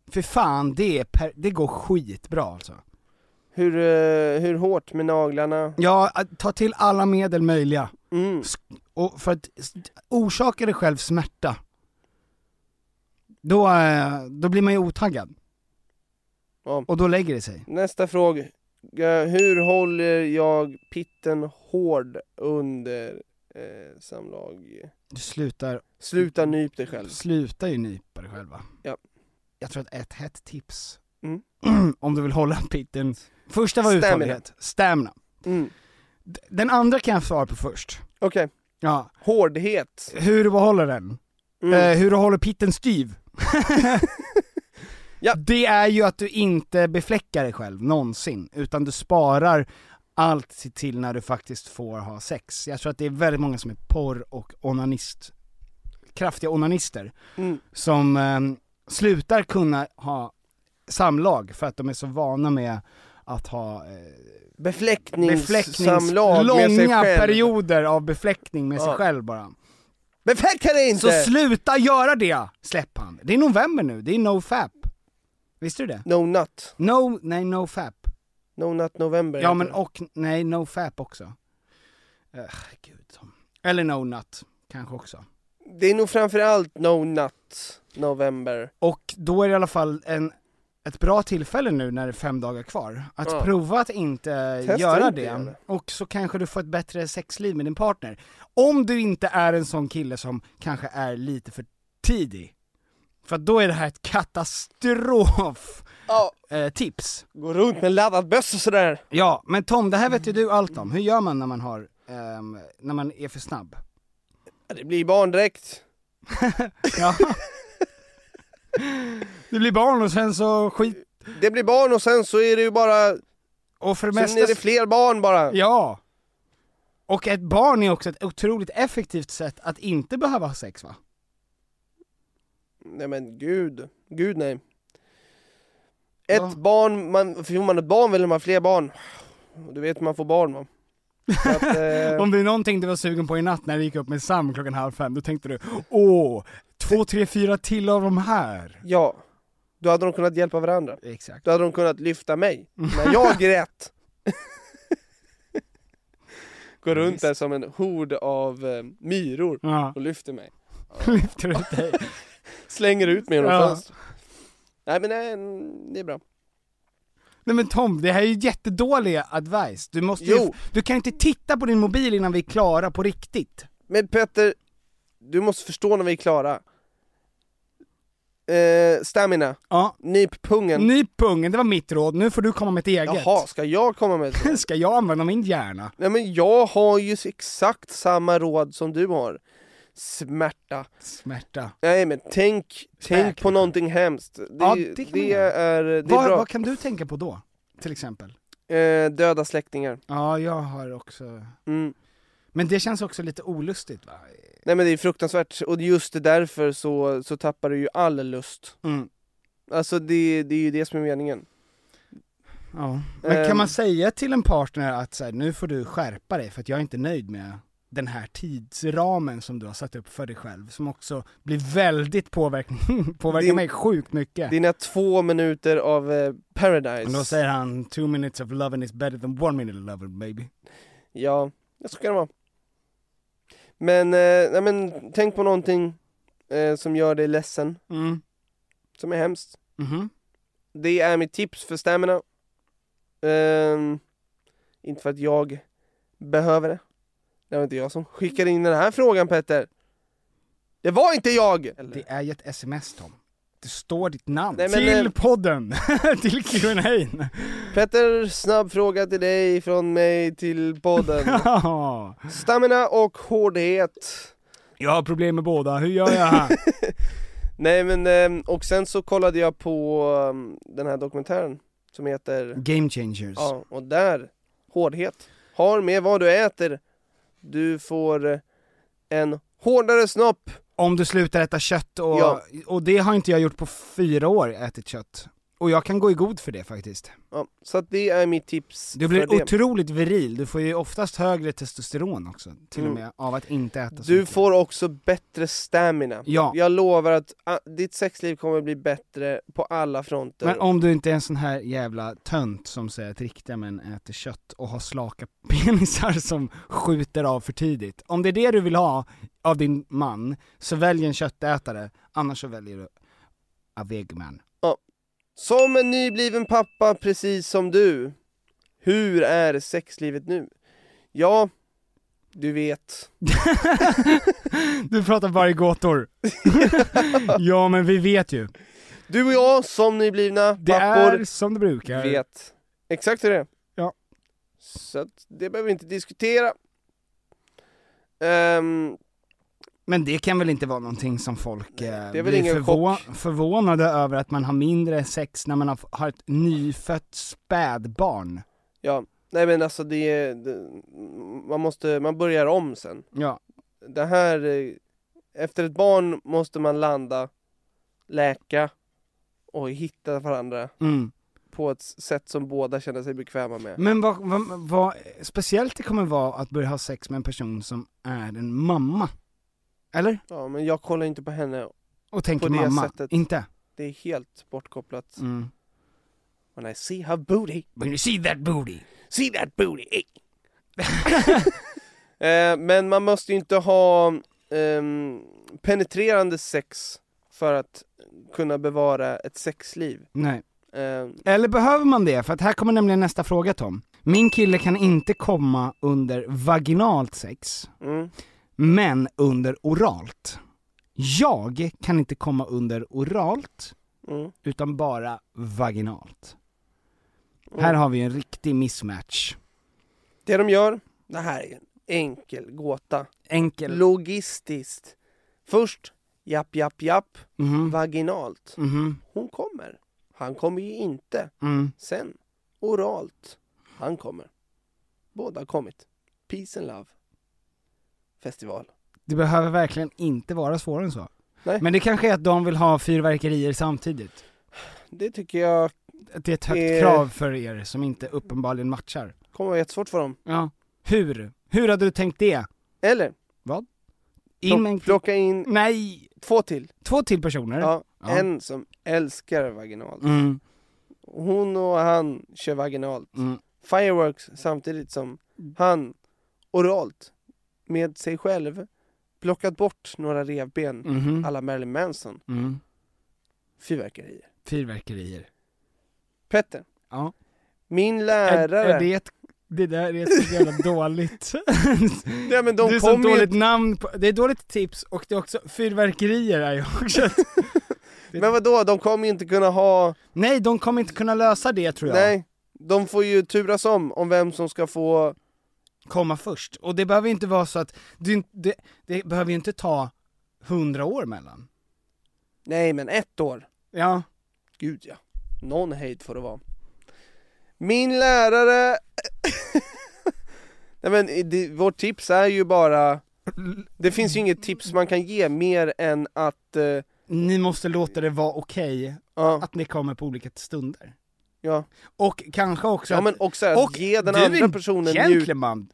C: För fan, det, är per- det går skitbra alltså.
E: Hur, eh, hur hårt med naglarna?
C: Ja, att ta till alla medel möjliga.
E: Mm.
C: Sk- Och för att s- orsaka dig själv smärta, då, eh, då blir man ju otaggad.
E: Ja.
C: Och då lägger det sig.
E: Nästa fråga. Hur håller jag pitten hård under eh, samlag?
C: Du slutar...
E: Sluta nyp dig själv.
C: Sluta ju nypa dig själva.
E: Ja.
C: Jag tror att ett hett tips,
E: Mm.
C: <clears throat> om du vill hålla pitten... Första var
E: Stamina.
C: uthållighet, stamina.
E: Mm.
C: D- Den andra kan jag svara på först.
E: Okej.
C: Ja.
E: Hårdhet.
C: Hur du behåller den.
E: Mm.
C: Eh, hur du håller pitten
E: <laughs>
C: styv. Det är ju att du inte befläckar dig själv någonsin, utan du sparar allt till när du faktiskt får ha sex. Jag tror att det är väldigt många som är porr och onanist, kraftiga onanister,
E: Mm.
C: som eh, slutar kunna ha samlag för att de är så vana med att ha eh,
E: Befläcknings-
C: befläcknings-
E: samlag
C: långa
E: med sig själv.
C: perioder av befläckning med sig
E: Ja.
C: själv bara.
E: Befläcka dig inte!
C: Så sluta göra det! Släpp han. Det är november nu, det är no fap. Visste du det?
E: no nut.
C: No, nej no fap.
E: No nut november.
C: Ja
E: heter
C: men
E: det.
C: och, nej no fap också. Eh, gud. Tom. Eller no nut, kanske också.
E: Det är nog framförallt no nut november.
C: Och då är det i alla fall en, ett bra tillfälle nu när det är fem dagar kvar, att
E: Ja.
C: prova att inte
E: Testa
C: göra
E: inte
C: det.
E: göra det.
C: Och så kanske du får ett bättre sexliv med din partner. Om du inte är en sån kille som kanske är lite för tidig. För att då är det här ett katastrof
E: Ja,
C: eh, tips.
E: gå runt med en laddad bössa sådär.
C: Ja, men Tom, det här vet ju du allt om. Hur gör man när man har, ehm, när man är för snabb?
E: Ja, Det blir barndräkt. <laughs>
C: Ja. det blir barn och sen så skit,
E: Det blir barn och sen så är det ju bara,
C: och för det
E: sen är
C: mesta
E: det fler barn bara.
C: Ja! Och ett barn är också ett otroligt effektivt sätt att inte behöva ha sex va?
E: Nej men gud, gud nej. Ett
C: Ja.
E: barn, man, får man ett barn vill man ha fler barn. Och Du vet hur man får
C: <laughs>
E: barn va? Så att, eh,
C: Om det är någonting du var sugen på i natt när du gick upp med Sam klockan halv fem, då tänkte du åh, två, tre, fyra till av de här.
E: ja, då hade de kunnat hjälpa varandra.
C: Exakt.
E: Då hade de kunnat lyfta mig,
C: <laughs>
E: när jag grät. Går runt där som en hord av eh, myror
C: Ja, <laughs>
E: och lyfter mig.
C: lyfter ut dig.
E: Slänger ut mig genom
C: Ja.
E: fönstret. Nej men nej, det är bra.
C: Nej men Tom, det här är ju jättedålig advice. Du måste ju,
E: Jo.
C: du kan ju inte titta på din mobil innan vi är klara på riktigt.
E: Men Petter, du måste förstå när vi är klara. Eh, stamina,
C: Ja.
E: nyp pungen.
C: Nyp pungen, det var mitt råd. Nu får du komma med ett eget.
E: Jaha, ska jag komma med ett
C: <laughs>
E: råd?
C: Ska jag använda min hjärna?
E: Nej men jag har ju exakt samma råd som du har. Smärta.
C: Smärta.
E: Nej men tänk, tänk på någonting hemskt. Det,
C: Ja, det
E: det,
C: kan man göra.
E: är, det är
C: Vad,
E: bra.
C: vad kan du tänka på då? Till exempel?
E: Eh, döda släktingar.
C: Ja, jag har också...
E: Mm.
C: Men det känns också lite olustigt va?
E: Nej men det är fruktansvärt, och just därför så, så tappar du ju all lust.
C: Mm.
E: Alltså det, det är ju det som är meningen.
C: Ja. Men
E: Ehm.
C: kan man säga till en partner att så här, nu får du skärpa dig för att jag är inte nöjd med den här tidsramen som du har satt upp för dig själv, som också blir väldigt påverkan, <laughs> påverkar
E: Din-
C: mig sjukt mycket.
E: Dina två minuter av eh,
C: Och då
E: paradise.
C: säger han 'two minutes of loving is better than one minute of loving baby'
E: Ja, så kan det vara. Men, eh, nej men tänk på någonting eh, som gör dig ledsen,
C: mm.
E: som är hemskt.
C: Mhm.
E: Det är mitt tips för stamina. Ehm, inte för att jag behöver det. Det var inte jag som skickade in den här frågan Petter. Det var inte jag!
C: Det är ju ett sms Tom. Det står ditt namn.
E: Nej, men,
C: till
E: eh,
C: podden! <laughs> till Q&A. <laughs>
E: Petter, snabb fråga till dig från mig till podden. Stamina och hårdhet.
C: Jag har problem med båda, hur gör jag här?
E: Nej men, ehm, och sen så kollade jag på ehm, den här dokumentären som heter...
C: <laughs> Game changers.
E: Ja, och där, hårdhet. Har med vad du äter. Du får eh, en hårdare snopp.
C: Om du slutar äta kött och,
E: Ja.
C: och det har inte jag gjort på fyra år, ätit kött. Och jag kan gå i god för det faktiskt.
E: Ja, så att det är mitt tips
C: Du
E: för
C: blir
E: det.
C: otroligt viril, du får ju oftast högre testosteron också, till och
E: Mm.
C: med, av att inte äta så
E: Du
C: mycket.
E: får också bättre stamina.
C: alltså. Ja.
E: Jag lovar att ah, ditt sexliv kommer bli bättre på alla fronter.
C: Men om du inte är en sån här jävla tönt som säger att riktiga män äter kött och har slaka <laughs> penisar som skjuter av för tidigt. Om det är det du vill ha av din man, så välj en köttätare, annars så väljer du a vegman.
E: Ja. Som en nybliven pappa, precis som du. Hur är sexlivet nu? Ja, du vet.
C: <laughs> Du pratar bara i
E: <laughs>
C: gåtor. ja men vi vet ju.
E: Du och jag, som nyblivna
C: Det
E: pappor,
C: är som det brukar.
E: vet exakt hur det är.
C: Ja.
E: Så att det behöver vi inte diskutera. Ehm,
C: Men det kan väl inte vara någonting som folk eh,
E: det är väl
C: blir
E: ingen
C: förvå- förvånade över att man har mindre sex när man har, har ett nyfött spädbarn.
E: ja, nej men alltså det, det man måste, man börjar om sen.
C: Ja.
E: det här, eh, efter ett barn måste man landa, läka och hitta varandra
C: Mm.
E: på ett sätt som båda känner sig bekväma med.
C: Men vad, vad, vad speciellt det kommer vara att börja ha sex med en person som är en mamma. Eller?
E: Ja, men jag kollar inte på henne,
C: Och tänker
E: På det
C: mamma,
E: sättet.
C: inte?
E: det är helt bortkopplat.
C: Mm.
E: When I see her booty,
C: When you see that booty.
E: see that booty! eh. eh, men man måste ju inte ha ehm, penetrerande sex för att kunna bevara ett sexliv.
C: <laughs> Nej.
E: Eh,
C: Eller behöver man det? För att här kommer nämligen nästa fråga Tom. Min kille kan inte komma under vaginalt sex,
E: mm.
C: men under oralt. Jag kan inte komma under oralt,
E: Mm.
C: utan bara vaginalt. Här har vi en riktig mismatch.
E: Det de gör, det här är en enkel gåta.
C: Enkel.
E: Logistiskt. Först, japp, japp, japp,
C: Mhm.
E: vaginalt.
C: Mhm.
E: Hon kommer. Han kommer ju inte.
C: Mm.
E: Sen, oralt. Han kommer. Båda har kommit. Peace and love. Festival.
C: Det behöver verkligen inte vara svårare än så.
E: Nej.
C: Men det kanske är att de vill ha fyrverkerier samtidigt.
E: Det tycker jag
C: Att det är ett högt
E: Eh.
C: krav för er som inte uppenbarligen matchar.
E: kommer vara jättesvårt för dem.
C: Ja. Hur? Hur hade du tänkt det?
E: Eller,
C: Vad? In med en...
E: plock, plocka in
C: Nej!
E: två till.
C: Två till personer?
E: Ja,
C: Ja.
E: En som älskar vaginalt.
C: Mm,
E: Hon och han kör vaginalt.
C: mm.
E: fireworks samtidigt som han oralt med sig själv plockat bort några revben
C: Mhm.
E: alla Marilyn Manson
C: Mm.
E: fyrverkerier.
C: Fyrverkerier.
E: Petter,
C: Ja.
E: min
C: Är,
E: lärare...
C: är det ett... Det där är så
E: <laughs>
C: jävla dåligt.
E: Nej,
C: <laughs>
E: men
C: det
E: de
C: är så
E: kom ju...
C: dåligt namn på... Det är dåligt tips och det är också... Fyrverkerier är ju också
E: <laughs>
C: ett...
E: Men vadå, de kommer ju inte kunna ha...
C: Nej, de kommer inte kunna lösa det tror jag.
E: Nej, de får ju turas om om vem som ska få...
C: komma först. Och det behöver ju inte vara så att, det, det, det behöver ju inte ta hundra år mellan.
E: Nej, men ett år.
C: Ja.
E: Gud ja. Någon hejd får det vara. Min lärare... <laughs> Nej men i- det, vårt tips är ju bara... Det finns ju inget tips man kan ge mer än att... eh,
C: Ni måste låta det vara okej
E: ja,
C: att ni kommer på olika stunder.
E: ja.
C: Och kanske också
E: ja
C: att,
E: men också att ge den
C: du är
E: andra
C: en
E: personen njut...
C: gentleman.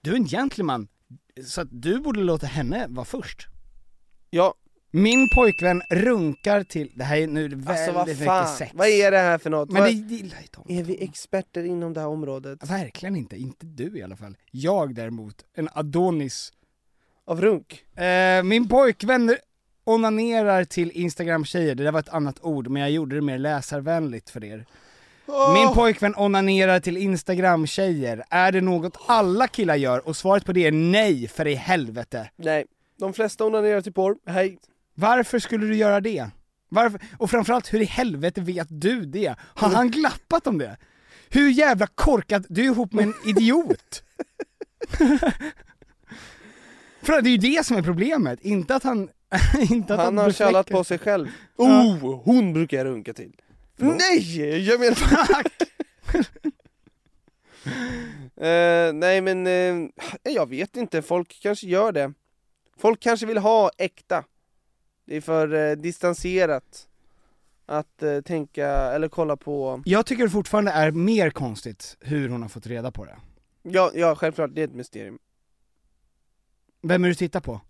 C: Du är en gentleman. Så att du borde låta henne vara först.
E: Ja,
C: Min pojkvän runkar till, det här är nu väldigt
E: alltså vad
C: mycket
E: fan.
C: sex.
E: Vad är det här för något?
C: Men det Alltså-
E: Vad-
C: gillar ju Tom.
E: Är vi experter inom det här området?
C: Verkligen inte, inte du i alla fall. Jag däremot, en Adonis
E: Av runk?
C: Eh, min pojkvän onanerar till Instagram-tjejer, det där var ett annat ord, men jag gjorde det mer läsarvänligt för er. Min pojkvän onanerar till Instagram-tjejer, är det något alla killar gör? Och svaret på det är nej, för i helvete.
E: Nej, de flesta onanerar till porr, hej.
C: Varför skulle du göra det? Varför? Och framförallt, hur i helvete vet du det? Har han glappat om det? Hur jävla korkad, du är ihop
E: <laughs>
C: med en idiot! För det är ju det som är problemet, inte att han... <laughs> inte att han,
E: Han har
C: befläcker- <laughs>
E: kallat på sig själv. Oh, hon brukar jag runka till. Nej! Jag menar... Eh, nej men, eh, jag vet inte, folk kanske gör det. Folk kanske vill ha äkta. Det är för eh, distanserat att eh, tänka, eller kolla på,
C: Jag tycker det fortfarande är mer konstigt hur hon har fått reda på det.
E: ja, ja självklart, det är ett mysterium.
C: Vem är du tittar på?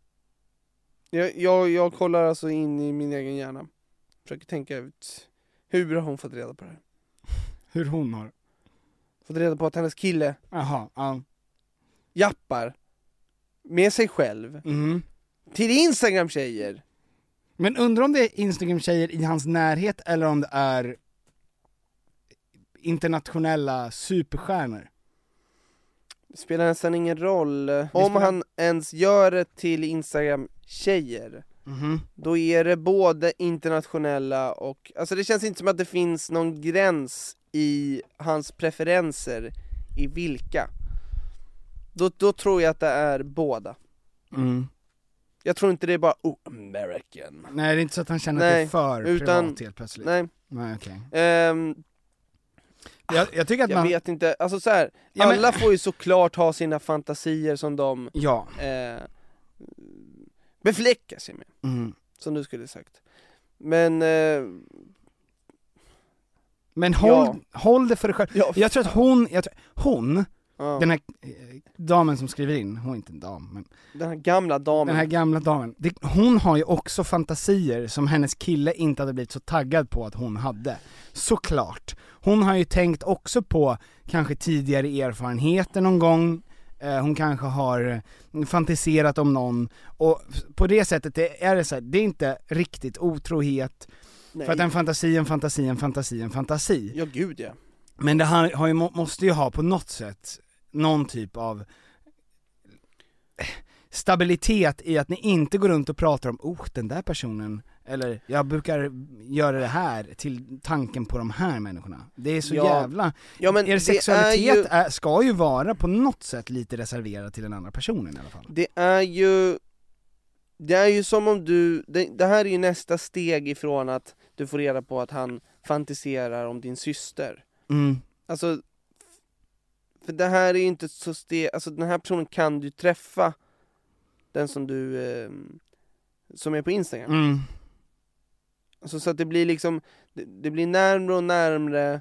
E: Jag, jag, jag kollar alltså in i min egen hjärna. Försöker tänka ut, hur har hon fått reda på det här?
C: Hur hon har...
E: Fått reda på att hennes kille
C: Jaha, ja.
E: jappar med sig själv
C: Mm.
E: till Instagram-tjejer.
C: Men undrar om det är Instagram-tjejer i hans närhet eller om det är internationella superstjärnor.
E: Det spelar nästan ingen roll eh, om
C: spelar-
E: han ens gör det till Instagram-tjejer.
C: Mhm.
E: Då är det både internationella och, alltså det känns inte som att det finns någon gräns i hans preferenser i vilka. Då, då tror jag att det är båda.
C: Mm.
E: Jag tror inte det är bara oh, American.
C: Nej, det är inte så att han känner
E: Nej,
C: att det är för
E: utan-
C: privat helt plötsligt.
E: Nej.
C: Nej okej.
E: Ehm,
C: Jag, jag tycker att
E: jag
C: man...
E: vet inte, alltså så här,
C: Ja, men-
E: alla får ju såklart ha sina fantasier som de
C: Ja.
E: eh, befläckar sig med.
C: Mm.
E: Som du skulle sagt. Men, eh,
C: Men håll,
E: Ja.
C: håll det för dig själv.
E: Ja,
C: jag tror att hon, jag tror, hon,
E: ja, den,
C: den
E: här,
C: här eh, damen som skriver in, hon är inte en dam men
E: gamla damen.
C: Den här gamla damen, det, hon har ju också fantasier som hennes kille inte hade blivit så taggad på att hon hade. Såklart. Hon har ju tänkt också på kanske tidigare erfarenheter någon gång, eh, hon kanske har eh, fantiserat om någon, och f- på det sättet det är det så här, det är inte riktigt otrohet,
E: Nej.
C: för att en fantasi, är en fantasi, en fantasi, är en fantasi.
E: Ja gud ja.
C: Men det här har ju, må- måste ju ha på något sätt någon typ av eh, stabilitet i att ni inte går runt och pratar om oh den där personen, eller jag brukar göra det här till tanken på de här människorna. Det är så
E: Ja.
C: jävla,
E: ja men
C: er sexualitet
E: det är ju,
C: är, ska ju vara på något sätt lite reserverad till den andra personen i alla fall.
E: det är ju, det är ju som om du, det, det här är ju nästa steg ifrån att du får reda på att han fantiserar om din syster.
C: Mm.
E: Alltså, för det här är ju inte så ste, alltså den här personen kan du träffa, den som du, eh, som är på Instagram.
C: Mm.
E: Alltså, så att det blir liksom, det, det blir närmre och närmre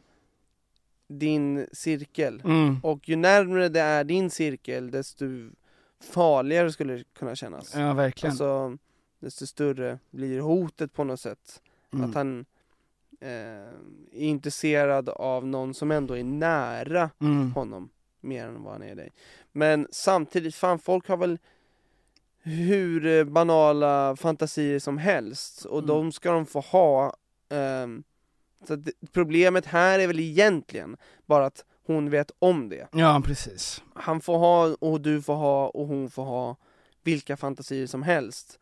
E: din cirkel.
C: Mm.
E: Och ju närmre det är din cirkel, desto farligare skulle det kunna kännas.
C: Ja verkligen.
E: Alltså, desto större blir hotet på något sätt.
C: Mm.
E: Att han eh, är intresserad av någon som ändå är nära
C: Mm.
E: honom mer än vad han är dig. Men samtidigt, fan folk har väl hur eh, banala fantasier som helst
C: Mm.
E: och de ska de få ha. ehm, så att det, problemet här är väl egentligen bara att hon vet om det.
C: Ja precis.
E: Han får ha och du får ha och hon får ha vilka fantasier som helst.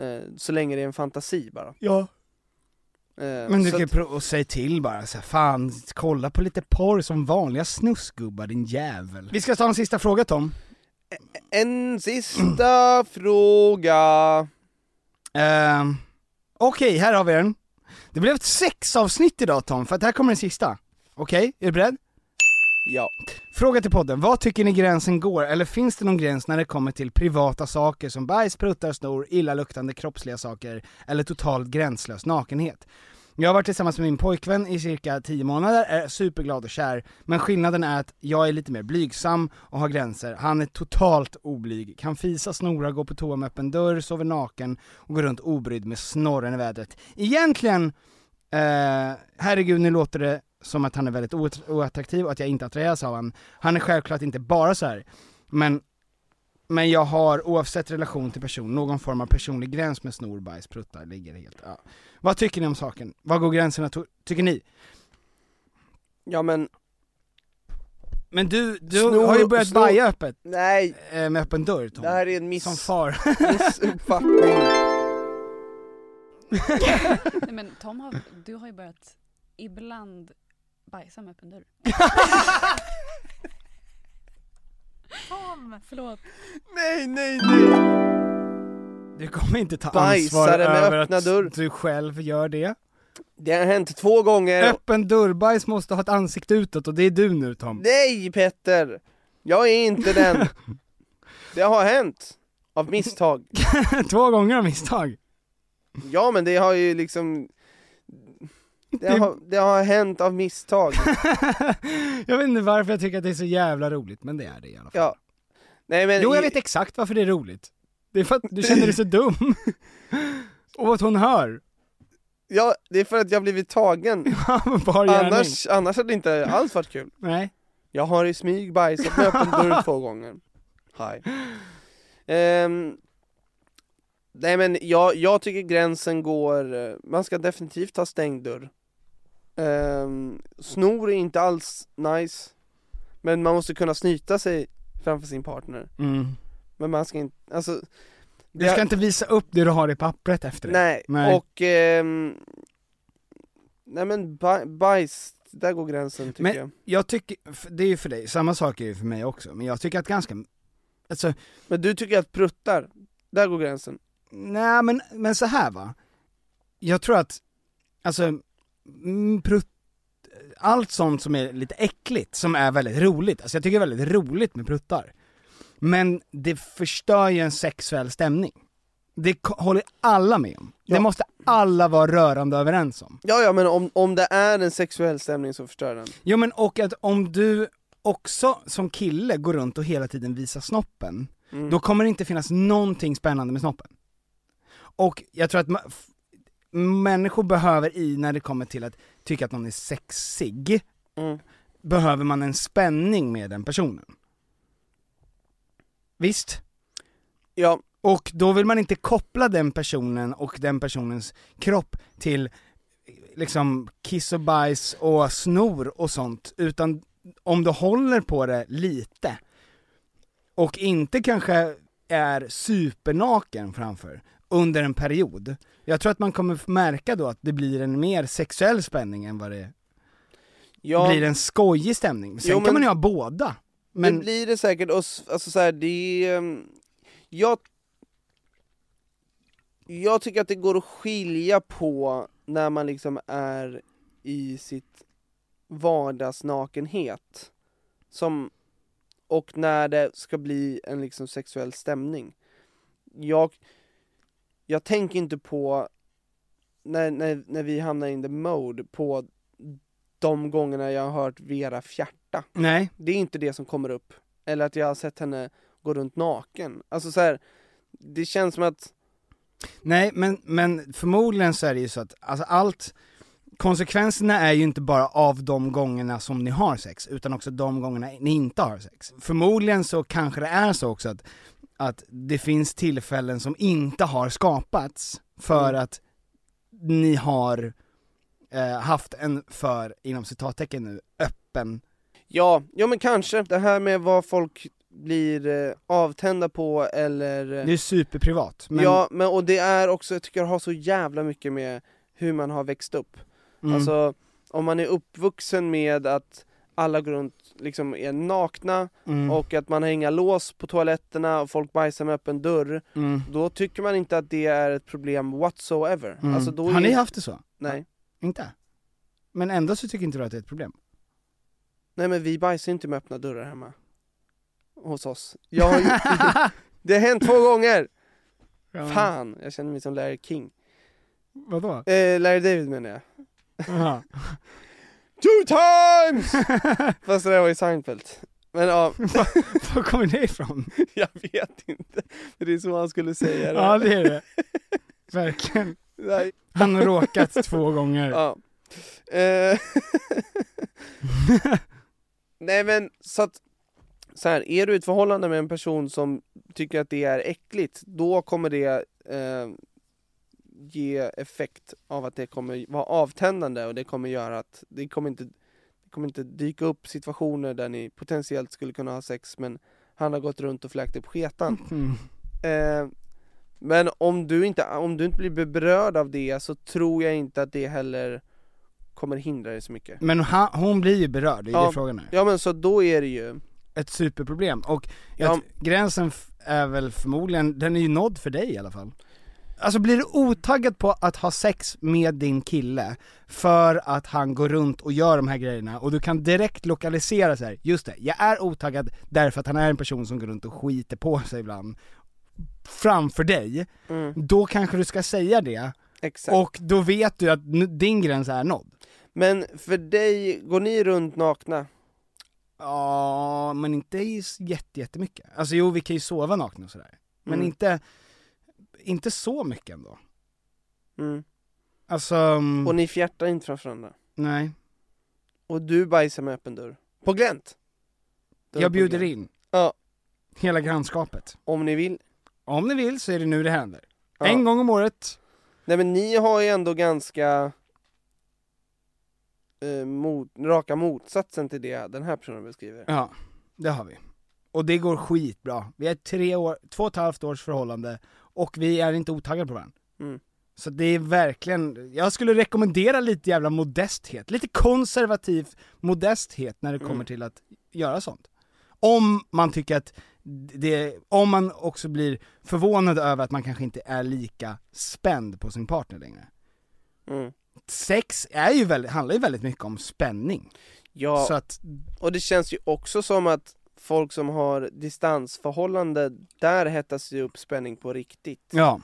E: Eh, så länge det är en fantasi bara.
C: Ja.
E: Eh,
C: Men du
E: så
C: kan ju
E: att-
C: pro- och säg till bara så här, fan kolla på lite porr som vanliga snusgubbar din jävel. Vi ska ta en sista fråga Tom.
E: en sista <clears throat> fråga.
C: Ehm, Okej, här har vi den. Det blev ett sexavsnitt idag Tom, för att här kommer den sista. Okej, är du beredd?
E: Ja.
C: Fråga till podden, vad tycker ni gränsen går, eller finns det någon gräns när det kommer till privata saker som bajs, pruttar, snor, illaluktande kroppsliga saker, eller totalt gränslös nakenhet? Jag har varit tillsammans med min pojkvän i cirka 10 månader, är superglad och kär, men skillnaden är att jag är lite mer blygsam och har gränser, han är totalt oblyg, kan fisa, snora, gå på toa med öppen dörr, sover naken och går runt obrydd med snorren i vädret. Egentligen Eh, herregud, nu låter det som att han är väldigt oatt- oattraktiv och att jag inte attraheras av han. Han är självklart inte bara så här. men, men jag har oavsett relation till person, någon form av personlig gräns med snor, bajs, pruttar, ligger helt, ja. Vad tycker ni om saken? Vad går gränserna, to- tycker ni?
E: Ja men
C: Men du, du
E: Snor-
C: har ju börjat
E: snor-
C: baja öppet,
E: nej,
C: eh, med öppen dörr Tom.
E: det här är en miss...
C: Som far. <laughs>
E: missuppfattning.
I: Nej, men Tom, har, du har ju börjat ibland bajsa med öppen dörr. Tom! Förlåt.
E: Nej, nej, nej!
C: Du kommer inte ta
E: Bajsare
C: ansvar
E: med
C: över
E: öppna
C: att
E: dörr.
C: du själv gör det.
E: Det har hänt två gånger.
C: Öppen dörrbajs måste ha ett ansikte utåt och det är du nu Tom.
E: Nej Petter! Jag är
C: <laughs>
E: inte den. Det har hänt. Av misstag.
C: <laughs> Två gånger av misstag. <laughs>
E: Ja men det har ju liksom det har, det har hänt av misstag.
C: Jag vet inte varför jag tycker att det är så jävla roligt, men det är det i alla fall.
E: Ja. Nej, men
C: jo, jag
E: i-
C: vet exakt varför det är roligt. Det är för att du känner dig så dum. <laughs> Och att hon hör. <laughs>
E: Ja, det är för att jag blivit tagen.
C: Bar gärning.
E: annars, annars hade det inte alls varit kul.
C: Nej.
E: Jag har i smyg bajsat med öppen dörr
C: <laughs>
E: två gånger. Hi. Ehm, nej men jag, jag tycker gränsen går, eh, man ska definitivt ha stängd dörr. Ehm, snor är inte alls nice, men man måste kunna snyta sig framför sin partner.
C: Mm.
E: Men man ska inte, alltså
C: Du ska inte visa upp det du har i pappret efter det.
E: Nej,
C: Nej.
E: och ehm, Nej men ba- bajs, där går gränsen tycker
C: men
E: jag
C: jag tycker, f- det är ju för dig, samma sak är ju för mig också, men jag tycker att ganska, alltså
E: Men du tycker att pruttar, där går gränsen
C: Nej men, men så här va. Jag tror att, alltså, mm, prutt, allt sånt som är lite äckligt, som är väldigt roligt, alltså jag tycker det är väldigt roligt med pruttar. Men det förstör ju en sexuell stämning. Det ko- håller alla med om. Det måste alla vara rörande överens om.
E: Ja ja men om, om det är en sexuell stämning så förstör den
C: Jo men och att om du också som kille går runt och hela tiden visar snoppen,
E: Mm.
C: då kommer det inte finnas någonting spännande med snoppen. Och jag tror att ma- f- människor behöver i, när det kommer till att tycka att någon är sexig, behöver man en spänning med den personen. Visst?
E: Ja.
C: Och då vill man inte koppla den personen och den personens kropp till eh, liksom kiss och bajs och snor och sånt, utan om du håller på det lite och inte kanske är supernaken framför under en period. Jag tror att man kommer f- märka då att det blir en mer sexuell spänning än vad det
E: Ja.
C: blir en skojig stämning. Sen
E: Jo,
C: kan
E: men-
C: man ju ha båda. Men
E: Det blir det säkert, och s- alltså så här, det är, ehm, jag, jag tycker att det går att skilja på när man liksom är i sitt vardagsnakenhet, som, och när det ska bli en liksom sexuell stämning. Jag, jag tänker inte på, när, när, när vi hamnar in the mode, på de gångerna jag har hört Vera fjärta.
C: Nej.
E: Det är inte det som kommer upp. Eller att jag har sett henne gå runt naken. Alltså så här, det känns som att,
C: Nej, men, men förmodligen så är det ju så att alltså allt, konsekvenserna är ju inte bara av de gångerna som ni har sex, utan också de gångerna ni inte har sex. Förmodligen så kanske det är så också att, att det finns tillfällen som inte har skapats för
E: Mm.
C: att ni har eh, haft en för, inom citattecken nu, öppen
E: ja, ja men kanske. Det här med vad folk blir eh, avtända på eller... eh,
C: det är superprivat, men
E: Ja, men och det är också, jag tycker det har så jävla mycket med hur man har växt upp.
C: Mm.
E: Alltså, om man är uppvuxen med att alla går runt, liksom är nakna
C: Mm.
E: och att man har inga lås på toaletterna och folk bajsar med öppen dörr.
C: Mm.
E: Då tycker man inte att det är ett problem whatsoever.
C: Mm.
E: Alltså, då
C: Har
E: är...
C: ni haft det så?
E: Nej.
C: Inte? Men ändå så tycker inte du att det är ett problem?
E: Nej men vi bajsar inte med öppna dörrar hemma. Hos oss. Jag har ju... <laughs> det har hänt två gånger!
C: <laughs> Ja.
E: Fan, jag känner mig som Larry King.
C: Vadå?
E: <laughs> Eh, Larry David menar jag.
C: Jaha.
E: Two times! Fast det där var ju Seinfeld. Men ja.
C: <laughs> Var kommer det ifrån?
E: <laughs> jag vet inte. Men det är så han skulle säga
C: Ja det är det. Verkligen.
E: Nej.
C: Han har råkat två gånger.
E: Ja. Eh, Nej men så att, så här, är du i ett förhållande med en person som tycker att det är äckligt, då kommer det eh, ge effekt av att det kommer vara avtändande och det kommer göra att, det kommer inte, det kommer inte dyka upp situationer där ni potentiellt skulle kunna ha sex men han har gått runt och fläkt upp sketan.
C: <laughs> Mm.
E: Eh, men om du, inte, om du inte blir berörd av det så tror jag inte att det heller kommer hindra dig så mycket.
C: Men han, hon blir ju berörd, det är det frågan är.
E: Ja men så då är det ju
C: Ett superproblem, och
E: Ja.
C: jag, t- gränsen f- är väl förmodligen, den är ju nådd för dig i alla fall. Alltså blir du otaggad på att ha sex med din kille för att han går runt och gör de här grejerna och du kan direkt lokalisera så här, just det, jag är otaggad därför att han är en person som går runt och skiter på sig ibland framför dig, då kanske du ska säga det
E: Mm. Exakt.
C: och då vet du att nu- din gräns är nådd.
E: Men för dig, går ni runt nakna?
C: Ja, men inte i s- jätte, jättemycket. Alltså jo, vi kan ju sova nakna och sådär. Men
E: Mm.
C: inte, inte så mycket ändå.
E: Mm.
C: Alltså...
E: Och ni fjärtar inte framför varandra?
C: Nej.
E: Och du bajsar med öppen dörr? På glänt? Dörr
C: Jag
E: på
C: bjuder
E: glänt.
C: in.
E: Ja.
C: Hela grannskapet.
E: Om ni vill.
C: Om ni vill så är det nu det händer.
E: Ja.
C: En gång om året.
E: Nej men ni har ju ändå ganska eh, mot, raka motsatsen till det den här personen beskriver.
C: Ja, det har vi. Och det går skitbra. Vi är tre år, två och ett halvt års förhållande och vi är inte otaggade på varandra.
E: Mm.
C: Så det är verkligen, jag skulle rekommendera lite jävla modesthet, lite konservativ modesthet när det kommer
E: Mm.
C: till att göra sånt. Om man tycker att det, om man också blir förvånad över att man kanske inte är lika spänd på sin partner längre.
E: Mm.
C: Sex är ju väldigt, handlar ju väldigt mycket om spänning.
E: Ja,
C: Så att,
E: och det känns ju också som att folk som har distansförhållande, där hettas ju upp spänning på riktigt.
C: ja.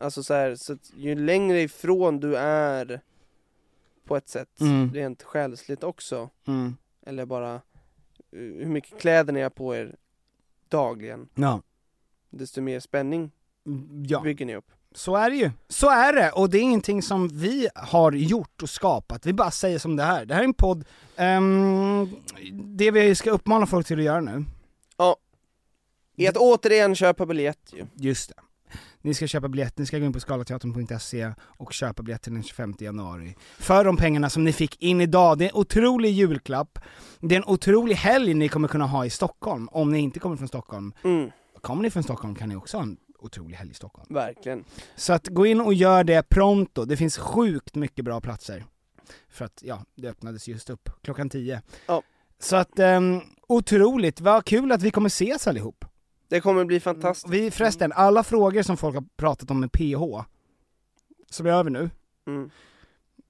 E: Alltså så här, så att ju längre ifrån du är på ett sätt,
C: Mm.
E: rent själsligt också,
C: Mm.
E: eller bara eh, hur mycket kläder ni har på er dagligen,
C: Ja.
E: desto mer spänning
C: ja.
E: bygger ni upp.
C: Så är det ju. Så är det, och det är ingenting som vi har gjort och skapat, vi bara säger som det här. Det här är en podd, ehm, det vi ska uppmana folk till att göra nu,
E: Ja.
C: Mm.
E: I att återigen köpa biljett ju.
C: just det. Ni ska köpa biljett, ni ska gå in på skalateatern.se och köpa biljett till den 25 januari. För de pengarna som ni fick in idag, det är en otrolig julklapp, det är en otrolig helg ni kommer kunna ha i Stockholm, om ni inte kommer från Stockholm.
E: Mm.
C: Kommer ni från Stockholm kan ni också ha en otrolig helg i Stockholm.
E: Verkligen.
C: Så att gå in och gör det pronto, det finns sjukt mycket bra platser. För att, ja, det öppnades just upp klockan 10.
E: Ja.
C: Så att, um, otroligt, vad kul att vi kommer ses allihop.
E: Det kommer bli fantastiskt.
C: Vi, förresten, alla frågor som folk har pratat om med PH, som är över nu,
E: Mm.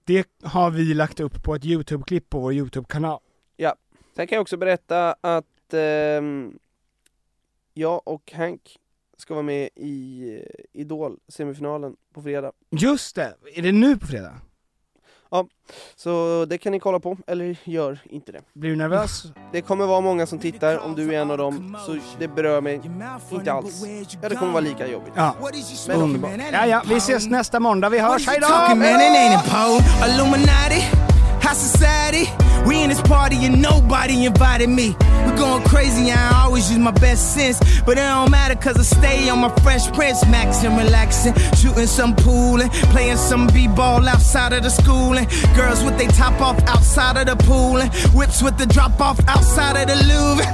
C: det har vi lagt upp på ett YouTube-klipp på vår YouTube-kanal.
E: Ja. Sen kan jag också berätta att ehm, jag och Hank ska vara med i eh, Idol semifinalen på fredag.
C: Just det! Är det nu på fredag?
E: Ja, så det kan ni kolla på, eller gör inte det.
C: Blir du nervös?
E: Det kommer vara många som tittar, om du är en av dem, så det berör mig inte alls. Ja, det kommer vara lika jobbigt.
C: Ja.
E: Men
C: Underbart. Ja, ja, vi ses nästa måndag, vi hörs, hejdå!
J: Talking, man, it ain't a poem. Illuminati, high society. We in this party and nobody invited me. We going crazy, I always use my best sense. But it don't matter cause I stay on my fresh prince. Maxing, relaxing, shooting some pool and playing some b-ball outside of the school. And girls with they top off outside of the pool. And whips with the drop off outside of the Louvre.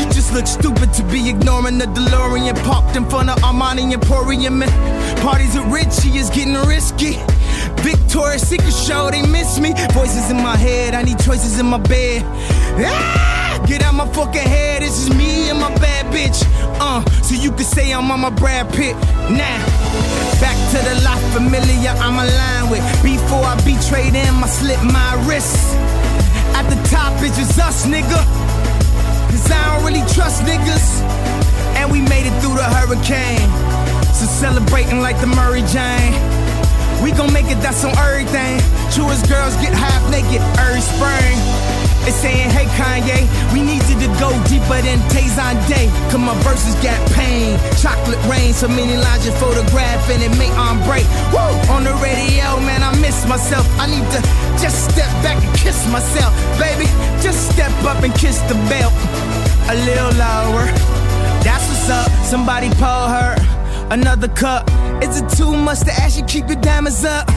J: You just look stupid to be ignoring the DeLorean parked in front of Armani Emporium. And parties at Richie is getting risky. Victoria's Secret show, they miss me. Voices in my head, I need choices in my bed. Ah, get out my fucking head, this is me and my bad bitch. Uh, so you can say I'm on my Brad Pitt. Now, back to the life familiar I'm aligned with. Before I betrayed him, I slipped my wrists. At the top, it's just us, nigga. Cause I don't really trust niggas. And we made it through the hurricane. So celebrating like the Murray Jane. We gon' make it, that's on everything. True as girls get half naked every spring. They saying, hey Kanye, we need you to go deeper than Tazan Day. Cause my verses got pain. Chocolate rain, so many lines you photograph and it make on break. Woo! On the radio, man, I miss myself. I need to just step back and kiss myself. Baby, just step up and kiss the belt. A little lower. That's what's up. Somebody pour her another cup. Is it too much to ask you keep your diamonds up?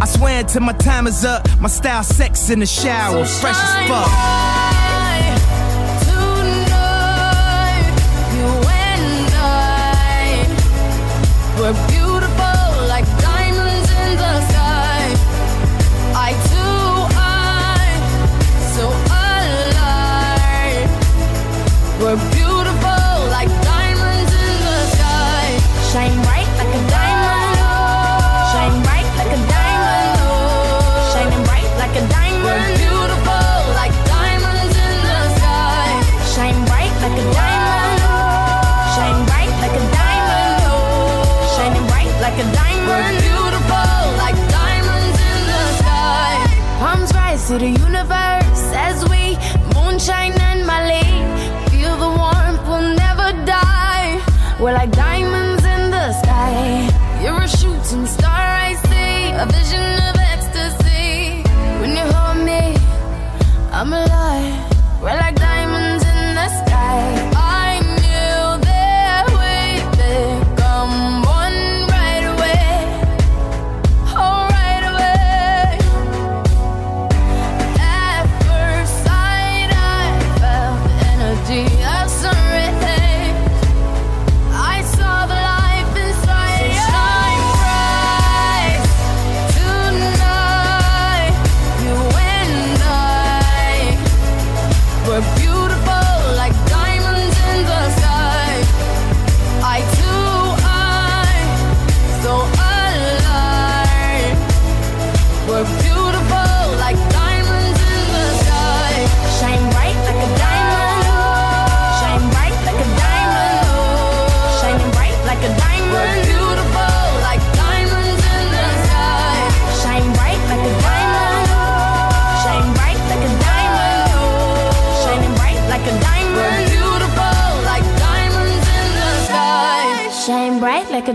J: I swear until my time is up, my style sex in the shower, fresh as fuck.
K: We're beautiful like diamonds in the sky. Eye to eye, so alive. We're beautiful like diamonds in the sky. Shine bright like a diamond. Shine bright like a diamond. Shining bright like a diamond. We're beautiful like diamonds in the sky. Shine bright like a diamond. Shine bright like a diamond. Shining bright like a diamond. We're beautiful like diamonds in the sky.
L: Palms rise to the universe as we moonshine and Mali. Feel the warmth, we'll never die. We're like diamonds in the sky. You're a shooting star, I see. A vision of ecstasy. When you hold me, I'm alive. We're like diamonds in the sky.
K: I knew that we would come one right away. Oh, right away. At first sight, I felt the energy of sunrise. I saw the life inside. So shine bright tonight, you and I. We're beautiful like diamonds in the sky. Eye to eye, so alive. We're beautiful like diamonds in the sky. Shine bright like a diamond. Shine bright like a diamond. Shining bright like a diamond. We're beautiful like diamonds in the sky. Shine bright like a diamond. Shine bright like a diamond. Shining bright like a diamond. We're beautiful like diamonds in the sky.
L: Shine bright like a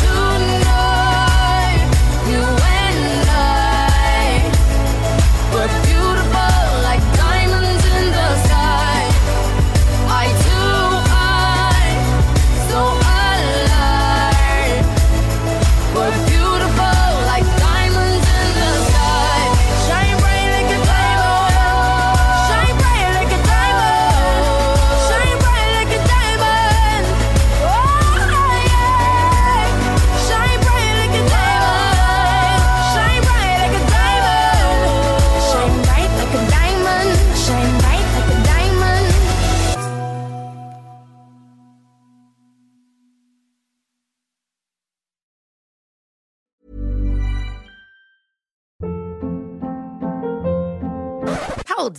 K: tonight, you and I. We're beautiful like diamonds in the sky. Eye to eye, so alive. We're beautiful like diamonds in the sky. Shine bright like a diamond. Shine bright like a diamond. Shine bright like a diamond. Oh yeah. Shine bright like a diamond. Shine bright like a diamond.
L: oh. Shine bright like a diamond. Shine bright like a diamond.
M: Hold